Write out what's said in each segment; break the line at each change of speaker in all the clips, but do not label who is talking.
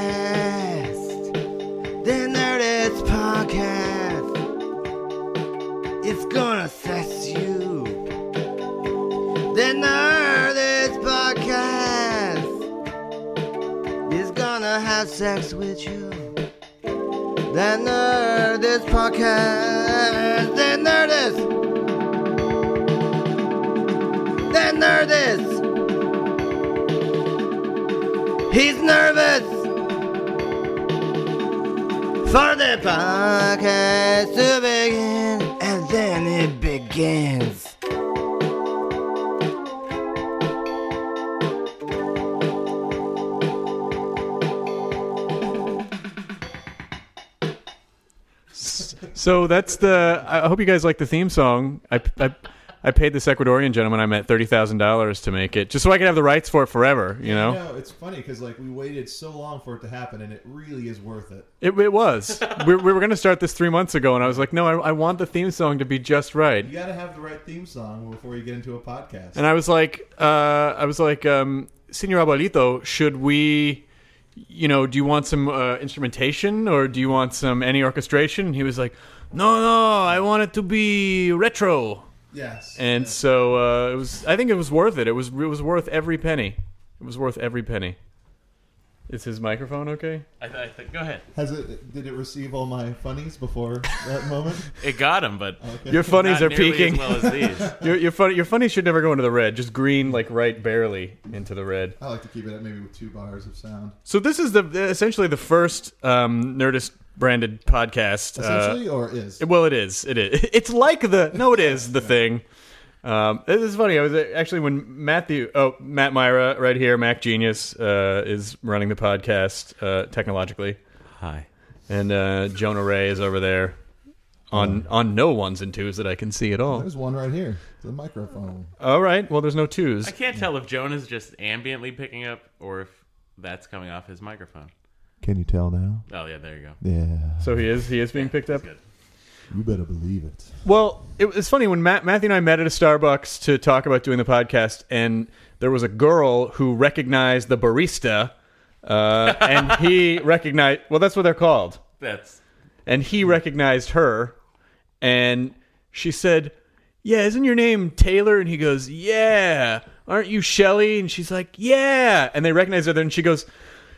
Podcast. The Nerdist Podcast. It's gonna sex you. The Nerdist Podcast is gonna have sex with you. The Nerdist Podcast. The Nerdist. The Nerdist. He's nervous for the podcast to begin, and then it begins.
So that's the. I hope you guys like the theme song. I, I, I paid this Ecuadorian gentleman I met thirty thousand dollars to make it, just so I could have the rights for it forever. You know,
No, it's funny because like we waited so long for it to happen, and it really is worth it.
it, it was. we, we were going to start this three months ago, and I was like, no, I, I want the theme song to be just right.
You got to have the right theme song before you get into a podcast.
And I was like, uh, I was like, um, Senor Abuelito, should we? You know, do you want some uh, instrumentation or do you want some any orchestration? And he was like, no, no, I want it to be retro.
yes,
and
yes.
so uh, it was. I think it was worth it. It was. It was worth every penny. It was worth every penny. Is his microphone okay?
I, th- I think. Go ahead.
has it? Did it receive all my funnies before that moment?
It got him, but
Your funnies
not
are
nearly
peaking.
as well as these.
your, your funny. Your funnies should never go into the red. Just green, like right barely into the red.
I like to keep it at maybe with two bars of sound,
So this is the essentially the first um, Nerdist branded podcast. uh,
essentially, or is
Well, it is. It is. It's like the no, it is the thing. Um, this is funny. I was actually when Matthew, oh Matt Myra, right here, Mac Genius uh, is running the podcast uh, technologically,
Hi.
and uh, Jonah Ray is over there on on no ones and twos that I can see at all.
there's one right here, the microphone.
All right. Well, there's no twos.
I can't tell if Jonah's just ambiently picking up or if that's coming off his microphone.
Can you tell now?
Oh yeah, there you go.
Yeah,
So he is. He is being picked up.
Good.
you better believe it.
Well, it was funny when Matt, Matthew and I met at a Starbucks to talk about doing the podcast, and there was a girl who recognized the barista, uh, and he recognized. Well, that's what they're called,
That's
and he recognized her, and she said, "Yeah, isn't your name Taylor?" And he goes, "Yeah, aren't you Shelly?" And she's like, "Yeah," and they recognize her, and she goes,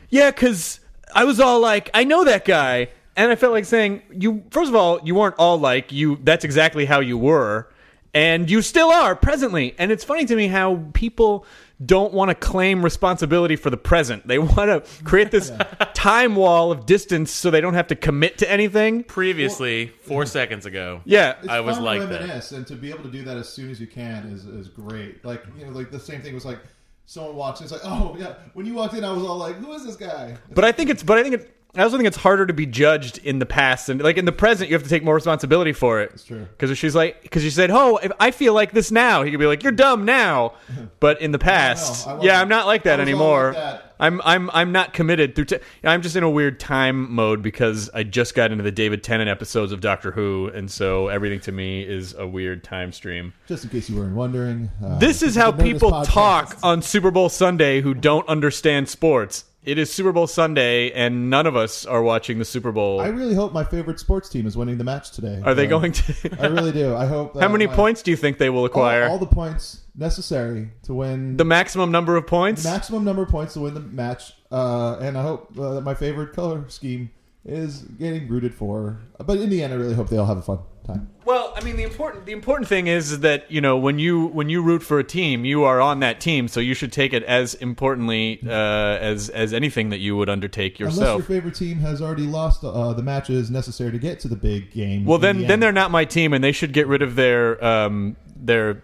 "Yeah, because I was all like, I know that guy," and I felt like saying, "You first of all, you weren't all like you. That's exactly how you were, and you still are presently." And it's funny to me how people don't want to claim responsibility for the present. They want to create this time wall of distance so they don't have to commit to anything.
previously four seconds ago.
Yeah,
It's
I was
fun to
like that.
reminisce, and to be able to do that as soon as you can is, is great. Like you know, like the same thing was like someone walks in, it's like, oh yeah. When you walked in, I was all like, who is this guy?
But I think it's. But I think it. I also think it's harder to be judged in the past and like in the present. You have to take more responsibility for it. It's
true.
Because she's like, because she said, "Oh, if I feel like this now," he could be like, "You're dumb now," but in the past,
I wasn't-
yeah, I'm not like that
I was all
anymore.
like that.
I'm I'm I'm not committed through. T- I'm just in a weird time mode because I just got into the David Tennant episodes of Doctor Who, and so everything to me is a weird time stream.
Just in case you weren't wondering, uh,
This is how
the Nerdist
people
podcast-
talk on Super Bowl Sunday who don't understand sports. It is Super Bowl Sunday, and none of us are watching the Super Bowl.
I really hope my favorite sports team is winning the match today.
are they
Uh,
going
I
to?
really do. I hope.
how
uh,
many
my-
points do you think they will
All,
acquire?
all the points necessary to win
the maximum number of points.
maximum number of points to win the match. Uh, and I hope uh, that my favorite color scheme is getting rooted for. But in the end, I really hope they all have a fun time.
well, I mean, the important the important thing is that you know when you when you root for a team, you are on that team, so you should take it as importantly uh, as as anything that you would undertake
Unless your
yourself.
favorite team has already lost uh, the matches necessary to get to the big game.
well,
in
then
the
then
end.
they're not my team, and they should get rid of their um, their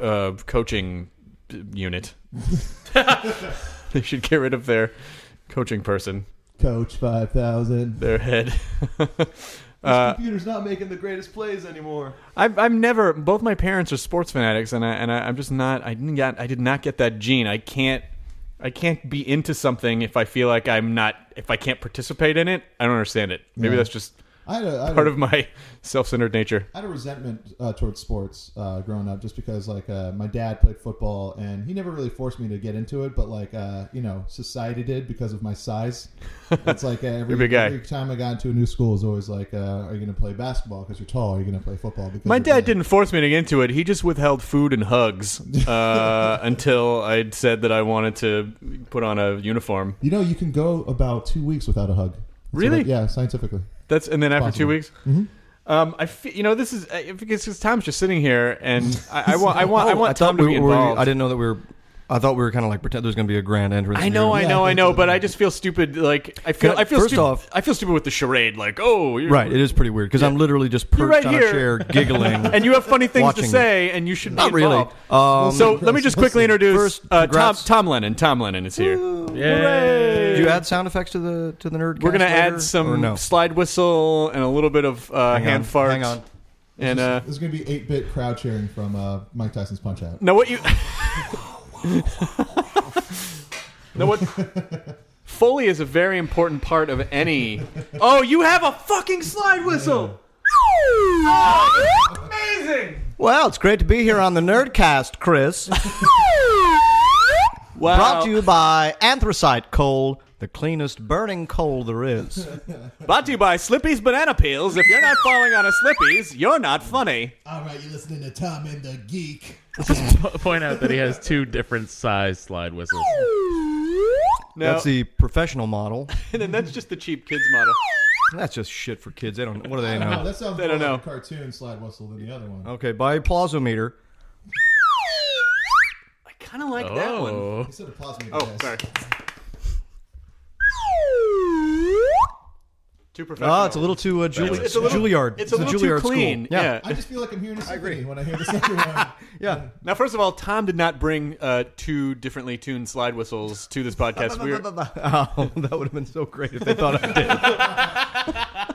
uh, coaching unit. they should get rid of their coaching person,
coach five thousand.
their head. Uh,
Computer's not making the greatest plays anymore.
I've I've never. Both my parents are sports fanatics, and I and I, I'm just not. I didn't get. I did not get that gene. I can't. I can't be into something if I feel like I'm not. If I can't participate in it, I don't understand it. Maybe
Yeah.
that's just
I had a, I had
part
a-
of my self-centered nature.
I had a resentment uh, towards sports uh, growing up, just because like uh, my dad played football and he never really forced me to get into it, but like uh, you know society did because of my size. It's like uh, every,
You're a big guy.
every time I got into a new school, it was always like, uh, "Are you going to play basketball because you're tall? Are you going to play football?" Because
My
you're
dad
big?"
didn't force me to get into it. He just withheld food and hugs uh, until I'd said that I wanted to put on a uniform.
You know, you can go about two weeks without a hug. That's
Really?
what- yeah, scientifically.
That's and then after two
possible.
weeks.
Mm-hmm.
Um, I fe- you know this is I- because because Tom's just sitting here and I, I want I want I
Oh,
want
thought
Tom to
we
be
were-
involved.
I didn't know that we were. I thought we were kind of like pretend there's going to be a grand entrance.
I know, I
Yeah,
know,
I
I
think
know,
so.
but I just feel stupid. Like I feel,
Can I-
I feel
first
stupid,
off-
I feel stupid with the charade. Like, oh, you're,
Right, it is pretty weird because I'm literally just
You're
perched
right
on
here.
a chair giggling.
and you have funny things
Watching
to
it.
say, and you should
Not
be
really.
involved.
Um,
so let me just quickly introduce
First,
uh, Tom.
congrats.
Tom Lennon. Tom Lennon is here.
did
Yay.
you add sound effects to the to the nerd?
We're gonna
cast later,
add
or
some
no?
slide whistle and a little bit of uh,
Hang on,
hand farts.
Hang on.
And uh,
There's going to be eight bit crowd cheering from uh, Mike Tyson's Punch Out.
now what you? now what? Foley is a very important part of any. Oh, you have a fucking slide whistle. Oh, amazing.
Well, it's great to be here on the Nerdcast, Chris.
Wow.
Brought to you by anthracite coal, the cleanest burning coal there is.
Brought to you by Slippy's Banana Peels. If you're not falling on a Slippy's, you're not funny.
All right, you're listening to Tom and the Geek.
Point out that he has two different size slide whistles.
No,
That's the professional model.
and then that's just the cheap kids model.
That's just shit for kids. They don't. What do they
Oh,
know?
that sounds
They
more
don't
like
know. Oh.
a cartoon slide whistle than the other one.
Okay, by plausometer.
I kind of like that one.
Oh,
He said applause me.
Oh, sorry. Ah, Too professional.
Ah, it's a little too uh, Julie,
It's- it's a little-
Juilliard.
It's a little
Juilliard
too clean.
School.
Yeah.
I just feel like I'm hearing a symphony when I hear the second one.
yeah.
Now, first of all, Tom did not bring uh, two differently tuned slide whistles to this podcast. We're,
Oh, that would have been so great if they thought I did.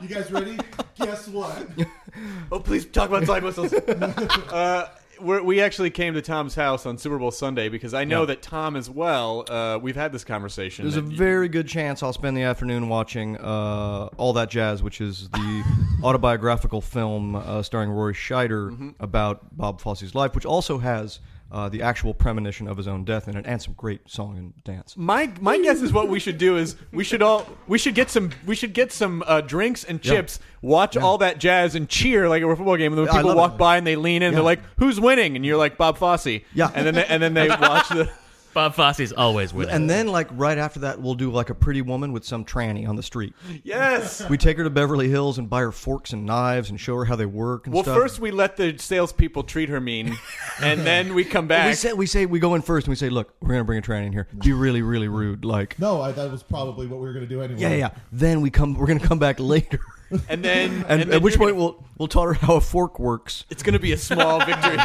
You guys ready? Guess what?
oh, please talk about slide whistles. uh, we're, we actually came to Tom's house on Super Bowl Sunday because I know that Tom, as well, uh, we've had this conversation.
There's a
that you-
very good chance I'll spend the afternoon watching uh, All That Jazz, which is the autobiographical film uh, starring Rory Scheider about Bob Fosse's life, which also has uh, the actual premonition of his own death in it and some great song and dance.
My my guess is what we should do is we should all we should get some we should get some uh, drinks and chips, watch all that jazz and cheer like at a football game. And then
I
people
love
walk
it.
by and they lean in, and they're like, "Who's winning?" And you're like, "Bob Fosse."
Yeah.
and then they, and then they watch the.
Bob Fosse's always with
And then, like right after that, we'll do like a pretty woman with some tranny on the street.
Yes.
We take her to Beverly Hills and buy her forks and knives and show her how they work. And
Well,
stuff.
first we let the salespeople treat her mean, and then we come
we
back.
say we say we go in first and we say, look, we're gonna bring a tranny in here. Be really, really rude, like
No, I, that was probably what we were gonna do anyway.
yeah, yeah, yeah. Then we come. We're gonna come back later,
and then and
and,
then
at which
you're
point
gonna-
we'll we'll taught her how a fork works.
it's going to be a small victory.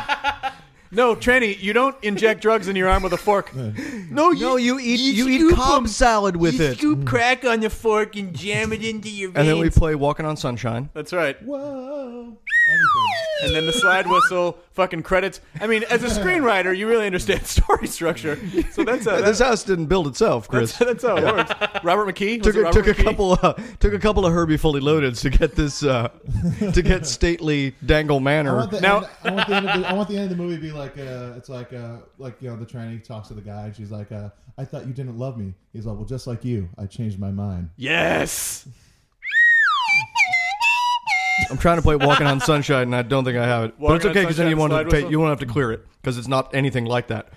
No, Tranny, you don't inject drugs in your arm with a fork. No, you,
No, you eat you, eat
scoop
cob
'em.
salad with
you
it,
scoop crack on your fork and jam it into your veins.
and then we play Walking on Sunshine.
That's right.
Whoa. Anything.
And then the slide whistle, fucking credits. I mean, as a screenwriter, you really understand story structure. So that's how that's,
This house didn't build itself, Chris.
that's how it works. Robert McKee was
Took,
it
a,
Robert
took a
McKee?
couple uh, took a couple of Herbie Fully Loadeds to get this uh, to get stately Dangle
I
Manor.
want the
Now-
end, I want the end of the I want the end of the movie to be like uh it's like uh like you know the tranny talks to the guy and she's like uh I thought you didn't love me. He's like well just like you I changed my mind.
Yes.
I'm trying to play Walking on Sunshine, and I don't think I have it. but
Walking
it's
on
okay because
Sunshine,
then you won't have to
slide
pay,
whistle?
you won't have to clear it because it's not anything like that.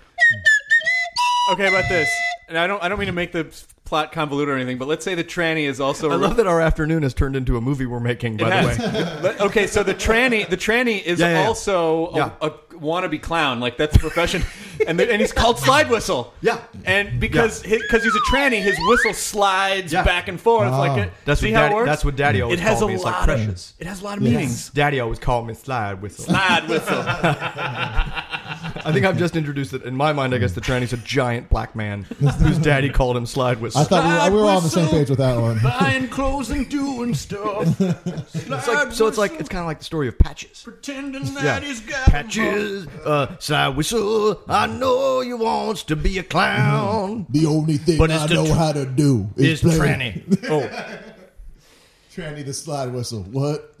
Okay, about this. And I don't I don't mean to make the plot convoluted or anything, but let's say the tranny is also
I love that our afternoon has turned into a movie we're making. By the way,
But- okay, so the tranny, the tranny is
Yeah, yeah, yeah.
also
Yeah.
A, a wannabe clown. Like that's a profession, and the, and he's called Slide Whistle.
Yeah.
and because because he's a tranny, his whistle slides
Yeah. Oh.
back and forth.
Ah.
Like it,
that's
see
what
how
Daddy,
it works.
that's what Daddy
it
always
has a
called me. It's
lot
like
of
precious.
it has a lot of
Yes.
meanings.
Daddy always called me Slide Whistle.
Slide Whistle.
I think I've just introduced it. In my mind, I guess the tranny's a giant black man whose daddy called him Slide Whistle.
I thought we were, we were all on the same page with that one.
Buying clothes and doing stuff.
It's like- so it's like it's kind of like the story of Patches.
pretending
Yeah.
that he's got
Patches, uh, Slide Whistle. I know you wants to be a clown,
The only thing
But it's
I
the
know
tr-
how to do
is
play-
tranny. Oh,
Tranny the slide whistle. What?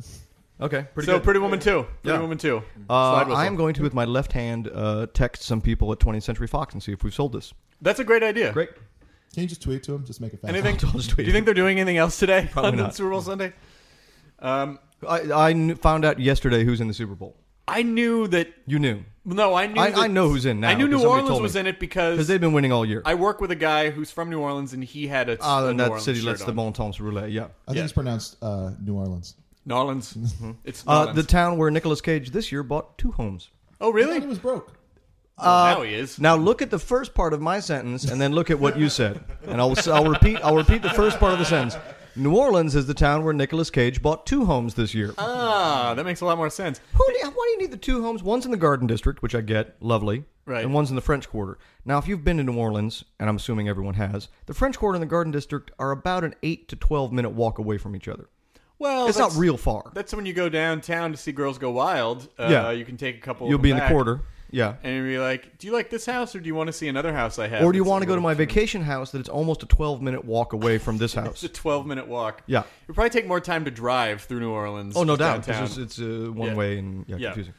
Okay, pretty
so
good.
Pretty Woman Two. Pretty
Yeah.
Woman Two.
Uh,
Slide whistle.
I am going to, with my left hand, uh, text some people at 20th Century Fox and see if we've sold this.
That's a great idea.
Great.
Can you just tweet to him? Just make it fast.
Anything?
I'll just
do
tweet
you
it.
think they're doing anything else today
Probably
on
not.
Super Bowl Sunday? Um,
I, I kn- found out yesterday who's in the Super Bowl.
I knew that.
You knew.
No, I knew.
I-
that-
I know who's in now,
I knew
'cause
New
somebody
Orleans
told me.
was in it
Because
because
they've been winning all year.
I work with a guy who's from New Orleans, and he had a,
Ah,
a
then
New
that
Orleans
city
shirt
lets the
on.
Montons roulette. Yeah.
I think
Yeah.
it's pronounced uh, New Orleans.
New Orleans. It's New
Uh,
Orleans.
the town where Nicolas Cage this year bought two homes.
oh,
I thought
Uh,
it
really?
was broke.
Well, now he is.
Now look at the first part of my sentence, and then look at what you said, and I'll, I'll repeat. I'll repeat the first part of the sentence. New Orleans is the town where Nicolas Cage bought two homes this year.
Ah, that makes a lot more sense.
Who do you, why do you need the two homes? One's in the Garden District, which I get, lovely,
Right.
and one's in the French Quarter. Now, if you've been to New Orleans, and I'm assuming everyone has, the French Quarter and the Garden District are about an eight to twelve minute walk away from each other.
Well,
it's not
Oh, that's-
real far.
That's when you go downtown to see girls go wild. Uh,
Yeah.
you can take a couple.
You'll
of
be
them
in the
back,
quarter, yeah.
and you'll be like, "Do you like this house, or do you want to see another house I have?"
Or do you
that's
want to
a
go to my
little-
vacation house that it's almost a twelve minute walk away from this
It's
house?
a twelve-minute walk.
Yeah.
it'll probably take more time to drive through New Orleans.
Oh, no
just
doubt. 'cause
downtown.
It's, it's uh, one
Yeah.
way and yeah,
Yeah.
confusing.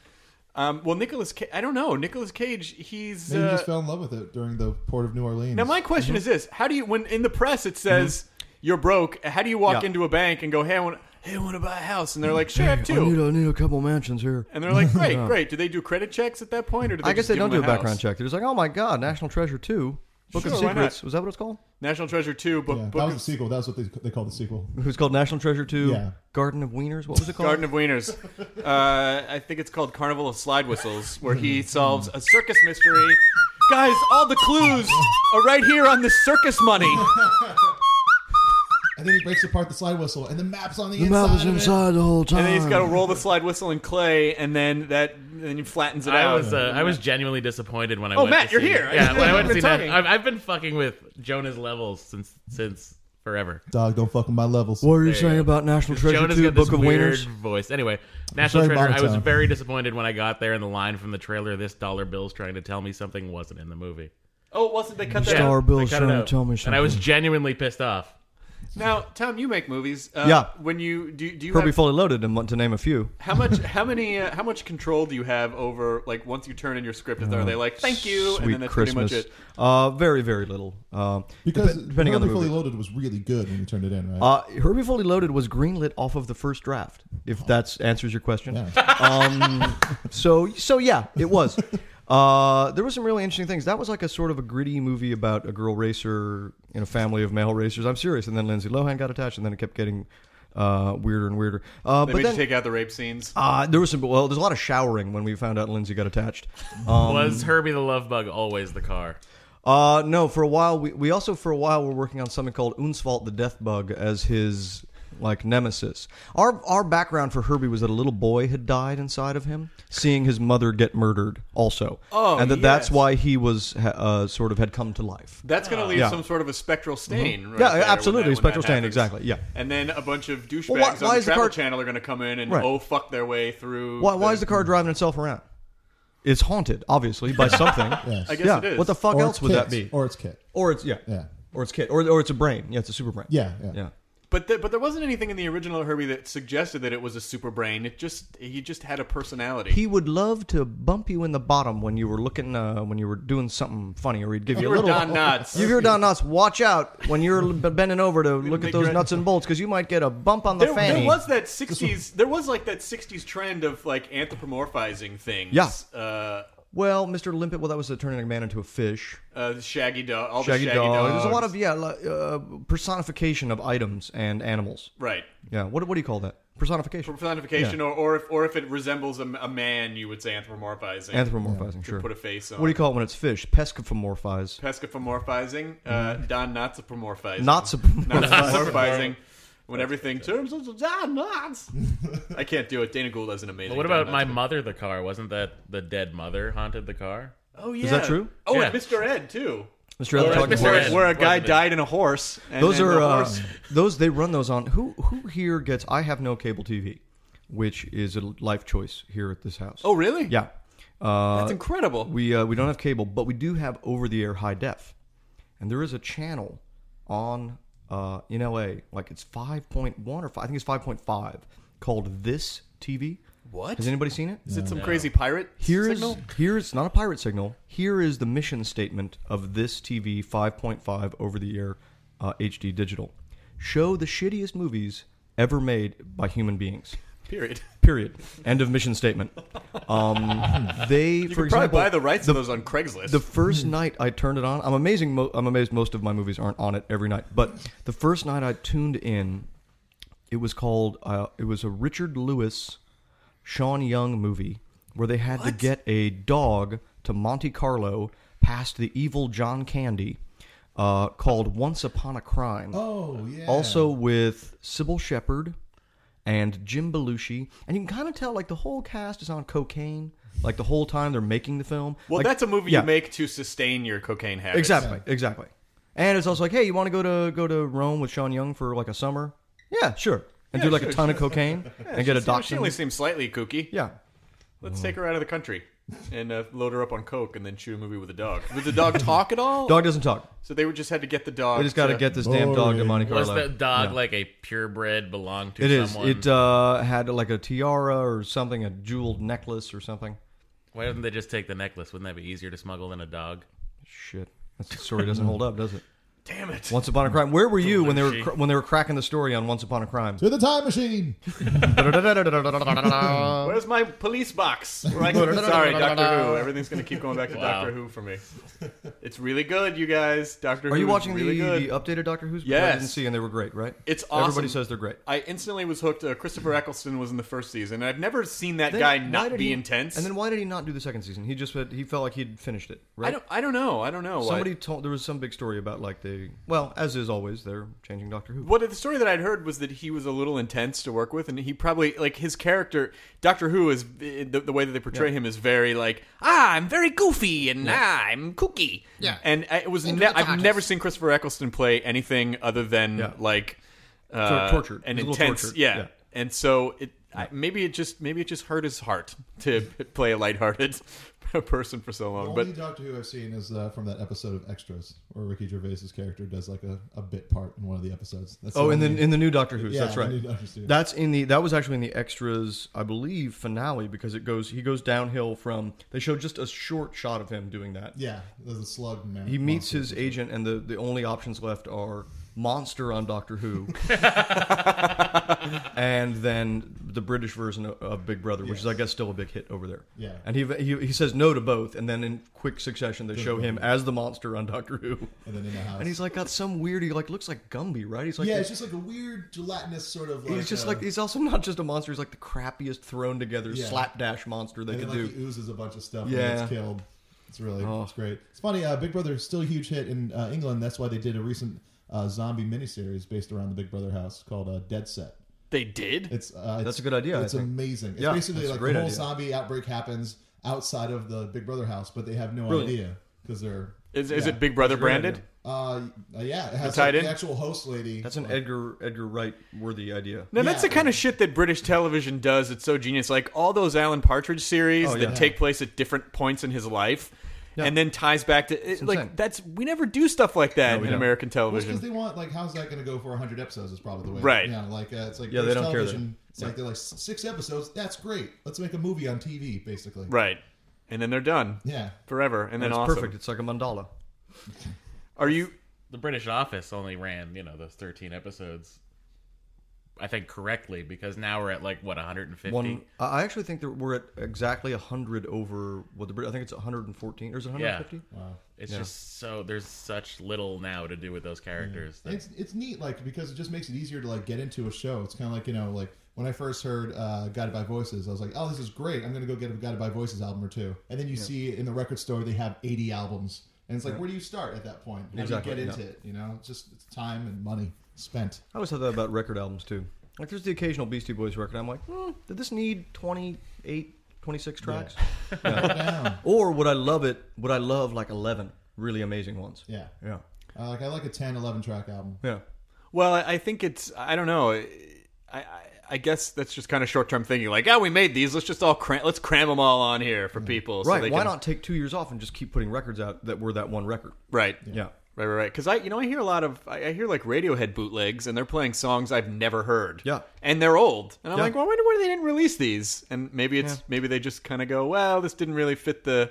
Um, well, Nicholas, Ca- I don't know. Nicholas Cage, he's.
Maybe
Uh,
you just fell in love with it during the port of New Orleans.
now, my
Mm-hmm.
question is this: How do you, when in the press it says you're broke, how do you walk
Yeah.
into a bank and go, "Hey, I want, hey, I want to buy a house," and they're like, "Sure, I have
I need,
two.
a, I need a couple mansions here.
and they're like, "Great, great." Do they do credit checks at that point, or do they
I guess
just
they
give
don't do
them
a background
house?
check. They're just like, oh my god, National Treasure 2. Book of
Sure, why not?
Secrets. Was that what it's called?
National Treasure Two, book,
Yeah, that
book
was
of
the sequel. That was what they, they called the sequel.
It was called National Treasure 2.
Yeah.
Garden of Wieners. What was it called?
Garden of Wieners. Uh, I think it's called Carnival of Slide Whistles, where he
Hmm.
solves a circus mystery. Guys, all the clues are right here on the circus money.
And then he breaks apart the slide whistle, and the map's on the,
the
inside.
map is
of it.
inside the whole time.
And then he's got to roll the slide whistle in clay, and then that then he flattens it
I
out.
was uh, I was genuinely disappoined when I
Oh,
went
Matt,
to
you're
see,
here.
Yeah, when I went to
We've
see
been
that,
talking.
I've, I've been fucking with Jonah's levels since since forever.
Dog, don't fuck with my levels.
what are
There
you
you
saying
go.
about National Treasure
Jonah's
2,
got this
Book of
weird
Wieners?
voice. Anyway, National
very
Treasure. I was
monotone.
very disappointed when I got there, and the line from the trailer, "This dollar bill's trying to tell me something," wasn't in the movie.
oh, wasn't they cut that?
Star
out?
Yeah,
Bill's
they cut it
trying to
out.
tell me
and I was
something.
genuinely pissed off.
Now, Tom, you make movies. Uh,
Yeah.
When you do, do you
Herbie
have,
Fully Loaded, um, to name a few.
how much how many uh, how much control do you have over like once you turn in your script? Are they like thank you,
Oh. Sweet
and then that's
Christmas.
pretty much it?
Uh, very, very little. Uh,
Because
dep- depending on the
Herbie
movie.
Fully Loaded was really good when you turned it in, right?
Uh, Herbie Fully Loaded was greenlit off of the first draft, if that answers your question.
Yeah.
Um, so, so yeah, it was. Uh, there were some really interesting things. That was like a sort of a gritty movie about a girl racer in a family of male racers. I'm serious. And then Lindsay Lohan got attached, and then it kept getting uh, weirder and weirder. Uh,
They
but
made
then
you take out the rape scenes.
uh, there was some. Well, there's a lot of showering when we found out Lindsay got attached. Um,
was Herbie the Love Bug always the car?
Uh, no, for a while we, we also for a while were working on something called Unsvalt the Death Bug as his like nemesis. Our our background for Herbie was that a little boy had died inside of him, seeing his mother get murdered also.
Oh,
and that that's
yes.
why he was ha- uh, sort of had come to life.
That's going to leave
Oh. Yeah. Mm-hmm.
some sort of a spectral stain. Right
Yeah,
there when
absolutely,
that- when
spectral
that
stain,
happens.
exactly, yeah.
and then a bunch of douchebags
Well, why- why
on the
is the
Travel
car-
Channel are going to come in and
Right.
oh fuck their way through.
Why why is the car driving itself around? It's haunted, obviously, by something.
yes.
I guess
yeah.
it is.
What the fuck
Or
else
it's
would that
Kit.
be?
Or it's Kit.
Or it's yeah.
Yeah.
Or it's kid. Or or it's a brain. Yeah, it's a super brain.
Yeah, yeah.
Yeah.
But the, but there wasn't anything in the original Herbie that suggested that it was a super brain. It just he just had a personality.
He would love to bump you in the bottom when you were looking, uh, when you were doing something funny, or he'd give
You
you, a
were
little.
Don Knotts.
You hear Don Knotts, watch out when you're l- bending over to look at
make
those
your-
nuts and bolts because you might get a bump on the
there,
fanny.
there was that '60s. There was like that '60s trend of like anthropomorphizing things.
Yeah.
Uh,
Well, Mr. Limpet, well, that was uh, turning a man into a fish.
uh, shaggy dog. All
Shaggy,
the shaggy
dog.
dogs.
There's a lot of yeah, li- uh, personification of items and animals.
right.
Yeah. What what do you call that? Personification.
Personification,
Yeah.
or, or if or if it resembles a, a man, you would say anthropomorphizing.
Anthropomorphizing.
You
Sure.
Put a face on.
what do you call it when it's fish? Pescomorphize.
pescopomorphizing, uh,
Mm-hmm.
Don Notsopomorphizing.
Notsomorphizing.
Notsomorphizing. when everything turns into Don Knotts. I can't do it. Dana Gould does an amazing
But what
Don
about
Knotts.
my mother, the car? Wasn't that the dead mother haunted the car?
Oh, yeah.
that true?
Oh, and
Yeah.
Mr. Ed, too.
Mr. Other
Or
talking
Mr.
horse.
Ed.
Where a guy
Wasn't it?
died in a horse. And
those
then
are
the
uh,
horse-
those they run those on who who here gets i have no cable tv which is a life choice here at this house
oh, really?
yeah uh,
That's incredible.
we uh, we don't have cable but we do have over the air high def and there is a channel on uh, in LA. Like it's 5.1 or 5, I think it's 5.5 called This TV.
What?
Has anybody seen it?
Is it some crazy pirate
Here is
signal?
here is not a pirate signal. Here is the mission statement of this TV 5.5 over the air uh, HD digital. Show the shittiest movies ever made by human beings.
Period.
Period. End of mission statement. Um, they,
You
for
could
example,
probably buy the rights to those on Craigslist.
the first
Mm-hmm.
night I turned it on, I'm amazing. Mo- I'm amazed most of my movies aren't on it every night, but the first night I tuned in, it was called. Uh, it was a Richard Lewis, Sean Young movie where they had to get a dog to Monte Carlo past the evil John Candy, uh, called Once Upon a Crime
Oh yeah.
also with Sybil Shepherd and Jim Belushi, and you can kind of tell like the whole cast is on cocaine, like the whole time they're making the film.
well,
Like-
that's a movie
yeah,
you make to sustain your cocaine habits.
Exactly, exactly. And it's also like, hey, you want to go to go to Rome with Sean Young for like a summer? Yeah, sure. And do like a ton of cocaine and get a
She
doctor.
only seems slightly kooky.
Yeah, Mm-hmm.
Let's take her out of the country and uh, load her up on coke, and then shoot a movie with a dog. Did the dog talk at all?
dog doesn't talk.
So they would just had to get the dog.
We just got to
to-
get this damn dog to
Boring.
Monte Carlo.
Was the dog
Yeah.
like a purebred belonged to
It is.
someone?
It uh, had like a tiara or something, a jeweled necklace or something.
Why didn't they just take the necklace? Wouldn't that be easier to smuggle than a dog?
Shit, that story doesn't hold up, does it?
Damn it!
Once Upon a Crime. Where were you when they were
Belushi.
cr- when they were cracking the story on Once Upon a Crime?
to the time machine.
Where's my police box? Where I can- Sorry, Doctor Who. Everything's gonna keep going back to
Wow.
Doctor Who for me. It's really good, you guys. Doctor Who.
Are you
is
watching
really
the, uh,
good.
the updated Doctor Who's? Because I
Yes.
didn't see, and they were great, right?
It's awesome.
Everybody says they're great.
I instantly was hooked. Uh, Christopher Eccleston was in the first season. I've never seen that guy
Then why
not
did
be
he-
intense.
And then why did he not do the second season? He just said- he felt like he'd finished it, right?
I don't. I don't know. I don't know. why.
Somebody told there was some big story about like they well as is always they're changing Doctor Who.
What the story that I'd heard was that he was a little intense to work with, and he probably like his character Doctor Who is eh, the, the way that they portray him is very like ah I'm very goofy and ah, I'm kooky yeah and I, it was ne- I've never seen Christopher Eccleston play anything other than
Yeah.
like uh,
tortured.
and
He's a little
intense
tortured.
Yeah.
Yeah.
and so it I, maybe it just maybe it just hurt his heart to play a lighthearted person for so
Oh,
long,
The
but
only Doctor Who I've seen is uh, from that episode of Extras, where Ricky Gervais's character does like a, a bit part in one of the episodes. That's
Oh, in the
only-
in the new Doctor Who's,
Yeah,
that's
the
right.
new Doctor Who.
That's in the that was actually in the extras, I believe, finale because it goes he goes downhill from they showed just a short shot of him doing that.
yeah, there's a slug man.
He meets his agent, and the, the only options left are Monster on Doctor Who, and then the British version of, of Big Brother, which is, I guess, still a big hit over there.
Yeah.
And he, he, he says no to both, and then in quick succession, they show him as the monster on Doctor Who.
and then in the house.
And he's like got some weird. He like looks like Gumby, right? He's like
yeah, it's just like a weird gelatinous sort of. Like,
he's just
uh,
like he's also not just a monster. He's like the crappiest thrown together
Yeah.
slapdash monster they
and
could
then, like,
do.
he oozes a bunch of stuff.
Yeah. Oh.
and gets killed. It's really it's great. It's funny. Uh, Big Brother is still a huge hit in uh, England. That's why they did a recent uh, zombie miniseries based around the Big Brother house called uh, Dead Set.
they did.
It's, uh, it's
That's a good idea, I
It's
think.
amazing. It's
Yeah,
basically
that's a
like
great
the whole
idea.
zombie outbreak happens outside of the Big Brother house, but they have no
Brilliant.
idea because they're
Is, is
yeah.
it Big Brother
That's a great
branded?
idea.
Uh, uh, yeah, it has
tied
like,
in?
the actual host lady.
That's an Edgar Edgar Wright worthy idea.
Now that's the
Yeah.
kind of shit that British television does. It's so genius. Like all those Alan Partridge series
Oh, yeah.
that take place at different points in his life, and then ties back to it,
insane.
like that's we never do stuff like that in
don't.
American
because
television.
they want like how's that going to go for 100 episodes is probably the way
Right.
yeah like uh, it's like
Yeah, they
British
don't care that-
television, it's like they're like "S- six episodes that's great let's make a movie on TV basically
right, and then they're done
yeah
forever, and then
It's
awesome.
perfect. It's like a mandala.
Are you?
The British Office only ran, you know, those 13 episodes. I think correctly because now we're at like what 150.
One, I I actually think that we're at exactly 100 over what the Brit. I think it's 114 or is it 150?
It's just so there's such little now to do with those characters.
And
that-
it's it's neat like because it just makes it easier to like get into a show it's kind of like you know like when I first heard uh, Guided by Voices I was like oh this is great I'm going to go get a Guided by Voices album or two and then you see in the record store they have 80 albums and it's like where do you start at that point how
Exactly,
do you get into
yeah.
it you know it's just it's time and money spent
I always thought that about record albums too. Like there's the occasional Beastie Boys record. I'm like, hmm, did this need 28, 26 tracks?
down
Or would I love it? Would I love like 11 really amazing ones?
yeah
Yeah.
uh, like I like a 10 11 track album
Yeah.
Well, I I think it's. I don't know. I I, I guess that's just kind of short term thinking. Like, oh, we made these. Let's just all cram. Let's cram them all on here for people. so
Right.
they
Why
can-
not take two years off and just keep putting records out that were that one record?
Right.
Yeah.
Right, right, right. Because I, you know, I hear a lot of, I, I hear like Radiohead bootlegs, and they're playing songs I've never heard.
Yeah.
and they're old, and I'm
Yeah.
like, well, I wonder why they didn't release these. And maybe it's, maybe they just kind of go, well, this didn't really fit the,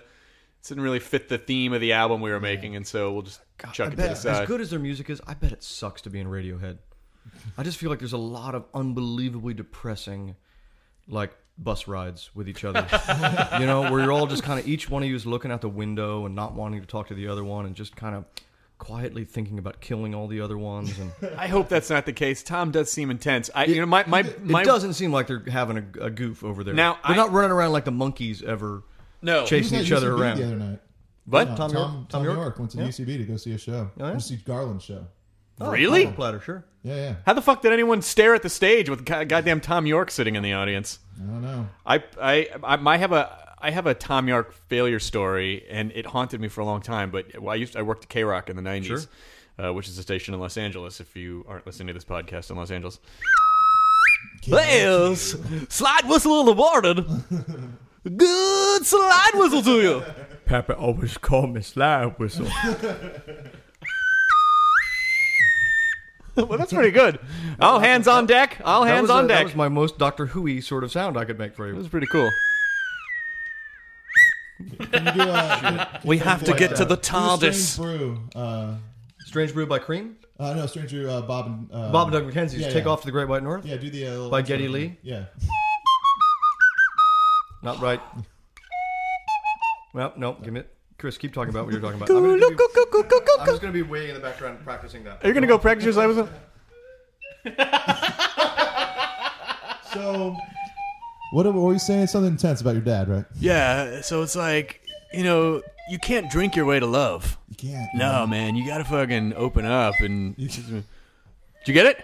this didn't really fit the theme of the album we were making, and so we'll just chuck
I
it to
bet,
the
as
side.
good as their music is, I bet it sucks to be in Radiohead. I just feel like there's a lot of unbelievably depressing, like bus rides with each other. you know, where you're all just kind of each one of you is looking out the window and not wanting to talk to the other one, and just kind of quietly thinking about killing all the other ones. And
I hope that's not the case. Tom does seem intense. I, you know, my, my, my
it doesn't seem like they're having a, a goof over there.
Now,
they're
I-
not running around like the monkeys ever
no.
Who's
chasing
at
each other
UCB
around.
The other night,
What?
Uh,
Tom
Tom,
York-
Tom,
Tom
York,
York?
went to
Yeah. Oh,
UCB to go see a show.
yeah?
Go see Garland's show.
Oh,
Really?
Apple Platter, sure.
Yeah, yeah.
How the fuck did anyone stare at the stage with go- goddamn Tom York sitting in the audience?
I don't know.
I I I, I have a I have a Tom York failure story, and it haunted me for a long time. But well, I used I worked at K Rock in the nineties, uh, which is a station in Los Angeles. If you aren't listening to this podcast in Los Angeles, Bells, slide whistle on the warden. Good slide whistle to you.
Papa always called me slide whistle.
well, that's pretty good. All hands on deck. All
That
hands
was,
on
a-
deck.
That was my most Doctor Who-y sort of sound I could make for
That
you.
was pretty cool.
Can you do, uh, can-
We have to get to the TARDIS.
Strange Brew. Uh,
Strange Brew by Cream.
uh, no, Strange Brew. Uh, Bob and uh,
Bob and Doug McKenzie's
yeah,
Take
yeah.
Off to the Great White North.
Yeah, do the uh, little-
By Geddy Lee?
Yeah,
Not right. well, no, give me it. Chris, keep talking about what you're talking about. I'm, gonna be, I'm just going to be way in the background practicing that.
Are you gonna go practice your slide whistle?
So, what are- what were you saying? Something intense about your dad, right?
Yeah, so it's like, you know, you can't drink your way to love.
You can't.
No, man, you gotta fucking open up and. Did you get it?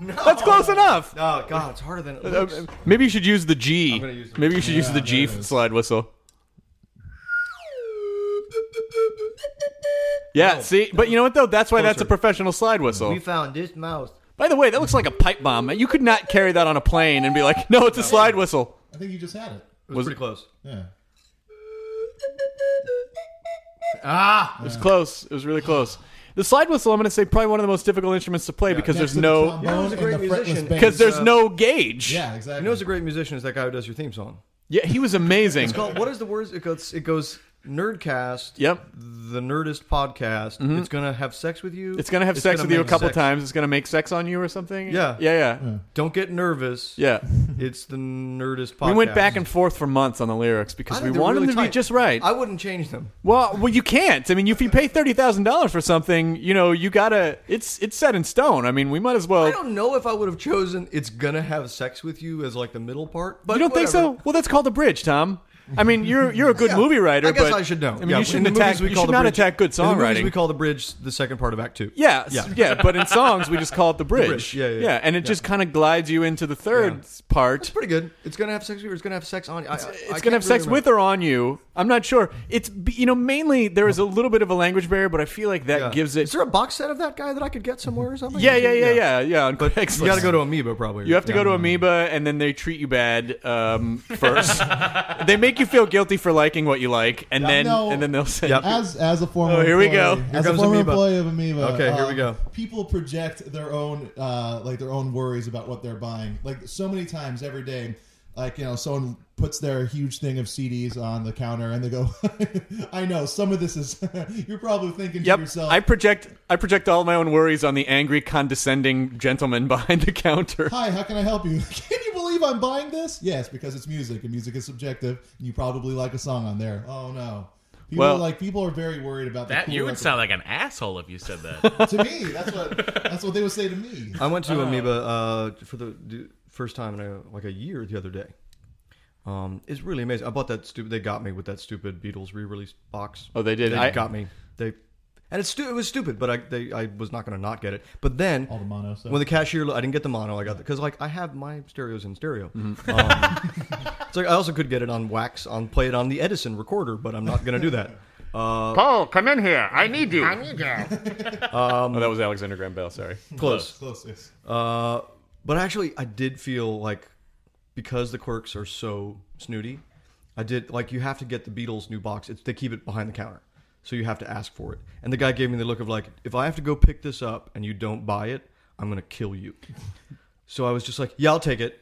That's close enough.
Oh, God, it's harder than it
Uh,
looks.
Maybe you should use the G.
gonna use the-
Maybe you should use
Yeah,
the G
there it is.
slide whistle. Yeah, see, but you know what though? That's why that's a
Closer.
professional slide whistle.
We found this mouse.
By the way, that looks like a pipe bomb. You could not carry that on a plane and be like, "No, it's a slide whistle."
I think you just had it.
It was,
Was-
pretty close.
Yeah.
Ah!
It was close. It was really close. The slide whistle, I'm going to say, probably one of the most difficult instruments to play because there's
Next to the
no
trombone
Yeah, he was a
and
great
the fretless
musician.
bass.
because there's
uh,
no gauge.
yeah, exactly.
You know who's a great musician is that guy who does your theme song.
yeah, he was amazing.
It's called, what is the words? It goes, it goes Nerdcast.
Yep.
The Nerdist podcast. It's going to have sex with you.
Mm-hmm. It's going to have sex
gonna
with you a
make
couple
sex.
times. It's going to make sex on you or something.
Yeah.
yeah, yeah,
Don't get nervous.
yeah.
It's the Nerdist podcast.
We went back and forth for months on the lyrics
I
because we
think they're
wanted
really
them to be
tight.
just right.
I wouldn't change them.
well, well, you can't. I mean, if you pay thirty thousand dollars for something, you know, you gotta. It's it's set in stone. I mean, we might as well.
I don't know if I would have chosen "It's gonna have sex with you" as like the middle part. But
you don't think
whatever.
so? Well, that's called a bridge, Tom. I mean, you're you're a good
Yeah.
movie writer.
I guess
but,
I should know.
I mean,
Yeah,
you
in
shouldn't
the movies
attack.
we
You
call
should
the
not
bridge-
attack good
In the movies,
songwriting.
we call the bridge the second part of Act Two.
Yeah, s-
Yeah.
yeah, but in songs we just call it the bridge.
bridge, yeah, yeah, yeah.
and it just kind of glides you into the third
Yeah.
part.
Pretty good. It's gonna have sex with you. Or it's gonna have sex on. you. I, I,
It's gonna have sex with or on you. I'm not sure. It's b- you know mainly there is a little bit of a language barrier, but I feel like that gives
Is
it.
there a box set of that guy that I could get somewhere or something?
Yeah, yeah, yeah, yeah, yeah. On
But
Craigslist.
you got to go to Amoeba probably.
You have to
Yeah.
go to Amoeba, and then they treat you bad um, first. they make you feel guilty for liking what you like, and
Yeah,
then
no.
and then they'll send.
Yep.
As as a former
Oh, here we go.
employee-
Here
as a
comes
former
Amoeba.
employee of Amoeba.
Okay, here we
um,
go.
People project their own uh, like their own worries about what they're buying. Like so many times every day, like you know, someone puts their huge thing of CDs on the counter and they go, "I know some of this is." you're probably thinking
Yep,
to yourself,
I project I project all my own worries on the angry, condescending gentleman behind the counter.
Hi, how can I help you? Can you believe I'm buying this? Yes, because it's music and music is subjective. And you probably like a song on there. Oh no. People
Well-
are like people are very worried about the
That
cool
you would
record-
sound like an asshole if you said that.
to me. That's what that's what they would say to me.
I went
Oh.
to Amoeba uh, for the d- first time in a, like a year the other day. Um, it's really amazing. I bought that stupid. They got me with that stupid Beatles re-release box.
Oh, they did.
They
I-
got me. They and it's stu- it was stupid, but I they, I was not going to not get it. But then
All the mono stuff.
when the cashier, I didn't get the mono. I got because like I have my stereos in stereo.
Mm-hmm.
Um, it's like I also could get it on wax on play it on the Edison recorder, but I'm not going to do that. Uh,
Paul, come in here. I need you. I need you.
oh, that was Alexander Graham Bell. Sorry.
close.
Closest.
Uh, but actually, I did feel like because the quirks are so snooty, I did like you have to get the Beatles new box. It's, they keep it behind the counter, so you have to ask for it. And the guy gave me the look of like, if I have to go pick this up and you don't buy it, I'm gonna kill you. so I was just like, yeah, I'll take it.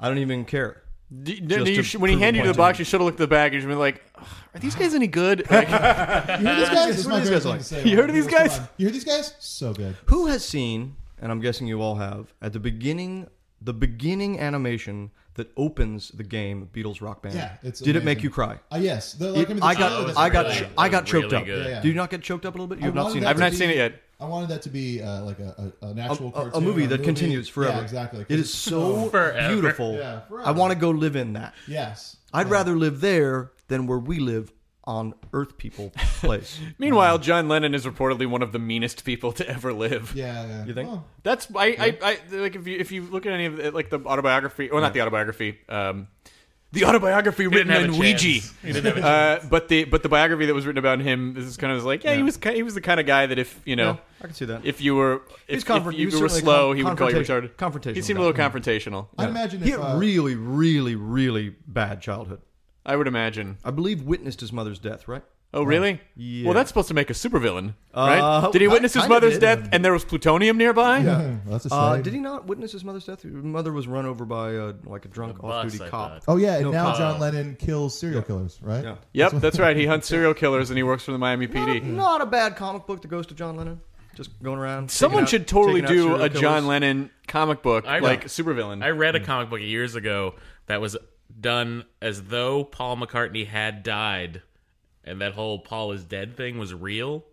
I don't even care.
Do, do-
Just
do you,
to
sh- when he
prove a
handed you
point
the
to
box,
him.
you should have looked at the baggage and been like, "Ugh, "Are these guys any good?" Like,
these guys, this is
what
my
are these
favorite
guys
thing
like?
to say.
You heard of these
Come
guys?
on. You heard these guys? So good.
Who has seen, and I'm guessing you all have, at the beginning, the beginning animation that opens the game Beatles Rock Band?
Yeah, it's
did it make
amazing.
you cry?
Uh, yes. The,
I,
like, I, mean, the trailer
got,
was
I got,
really
ch-
good.
I got
Really
choked up.
good.
Yeah, yeah.
Do you not get choked up a little bit? You
I
have not
wanted
seen
that
it.
I've
to
not
be-
seen it yet.
I wanted that to be uh, like a, a, an
A,
actual
a- a
cartoon or
movie that continues forever.
Yeah, exactly.
It is so
Forever.
beautiful.
Yeah, forever.
I want to go live in that.
Yes.
I'd rather live there than where we live on Earth People Place.
Meanwhile, John Lennon is reportedly one of the meanest people to ever live.
Yeah, yeah. You
think?
That's I, I, I like if you if you look at any of the, like the autobiography or not the autobiography, um, the autobiography
didn't
written
have
on
a
Ouija.
chance.
Uh, but the but the biography that was written about him is kind of like yeah, he was ki- he was the kind of guy that if you know
Yeah, I can see that.
if you were if,
He's confront-
if you
he was
were
certainly
slow
con-
he would call you
confrontation-
retarded
confrontational
He seemed a
guy.
little confrontational.
I'd imagine
he
if
had
uh,
really, really, really bad childhood.
I would imagine.
I believe witnessed his mother's death, right?
Oh really?
yeah.
Well, that's supposed to make a supervillain, right?
Uh,
did he witness
I-
his
kinda
mother's
did.
death and there was plutonium nearby?
Well, that's a
Uh,
shame.
did he not witness his mother's death? His mother was run over by uh, like a drunk
bus,
off-duty
I
cop.
thought.
Oh yeah, and
No
now
problem.
John Lennon kills serial killers, right?
Yeah.
Yep, that's right. He hunts serial killers and he works for the Miami PD.
Not, not a bad comic book that goes to John Lennon. Just going around.
Someone
taking
should
out-
totally
taking
do
out serial
a John
killers.
Lennon comic book,
I-
like supervillain.
I read a
Mm.
comic book years ago that was done as though Paul McCartney had died, and that whole Paul is dead thing was real.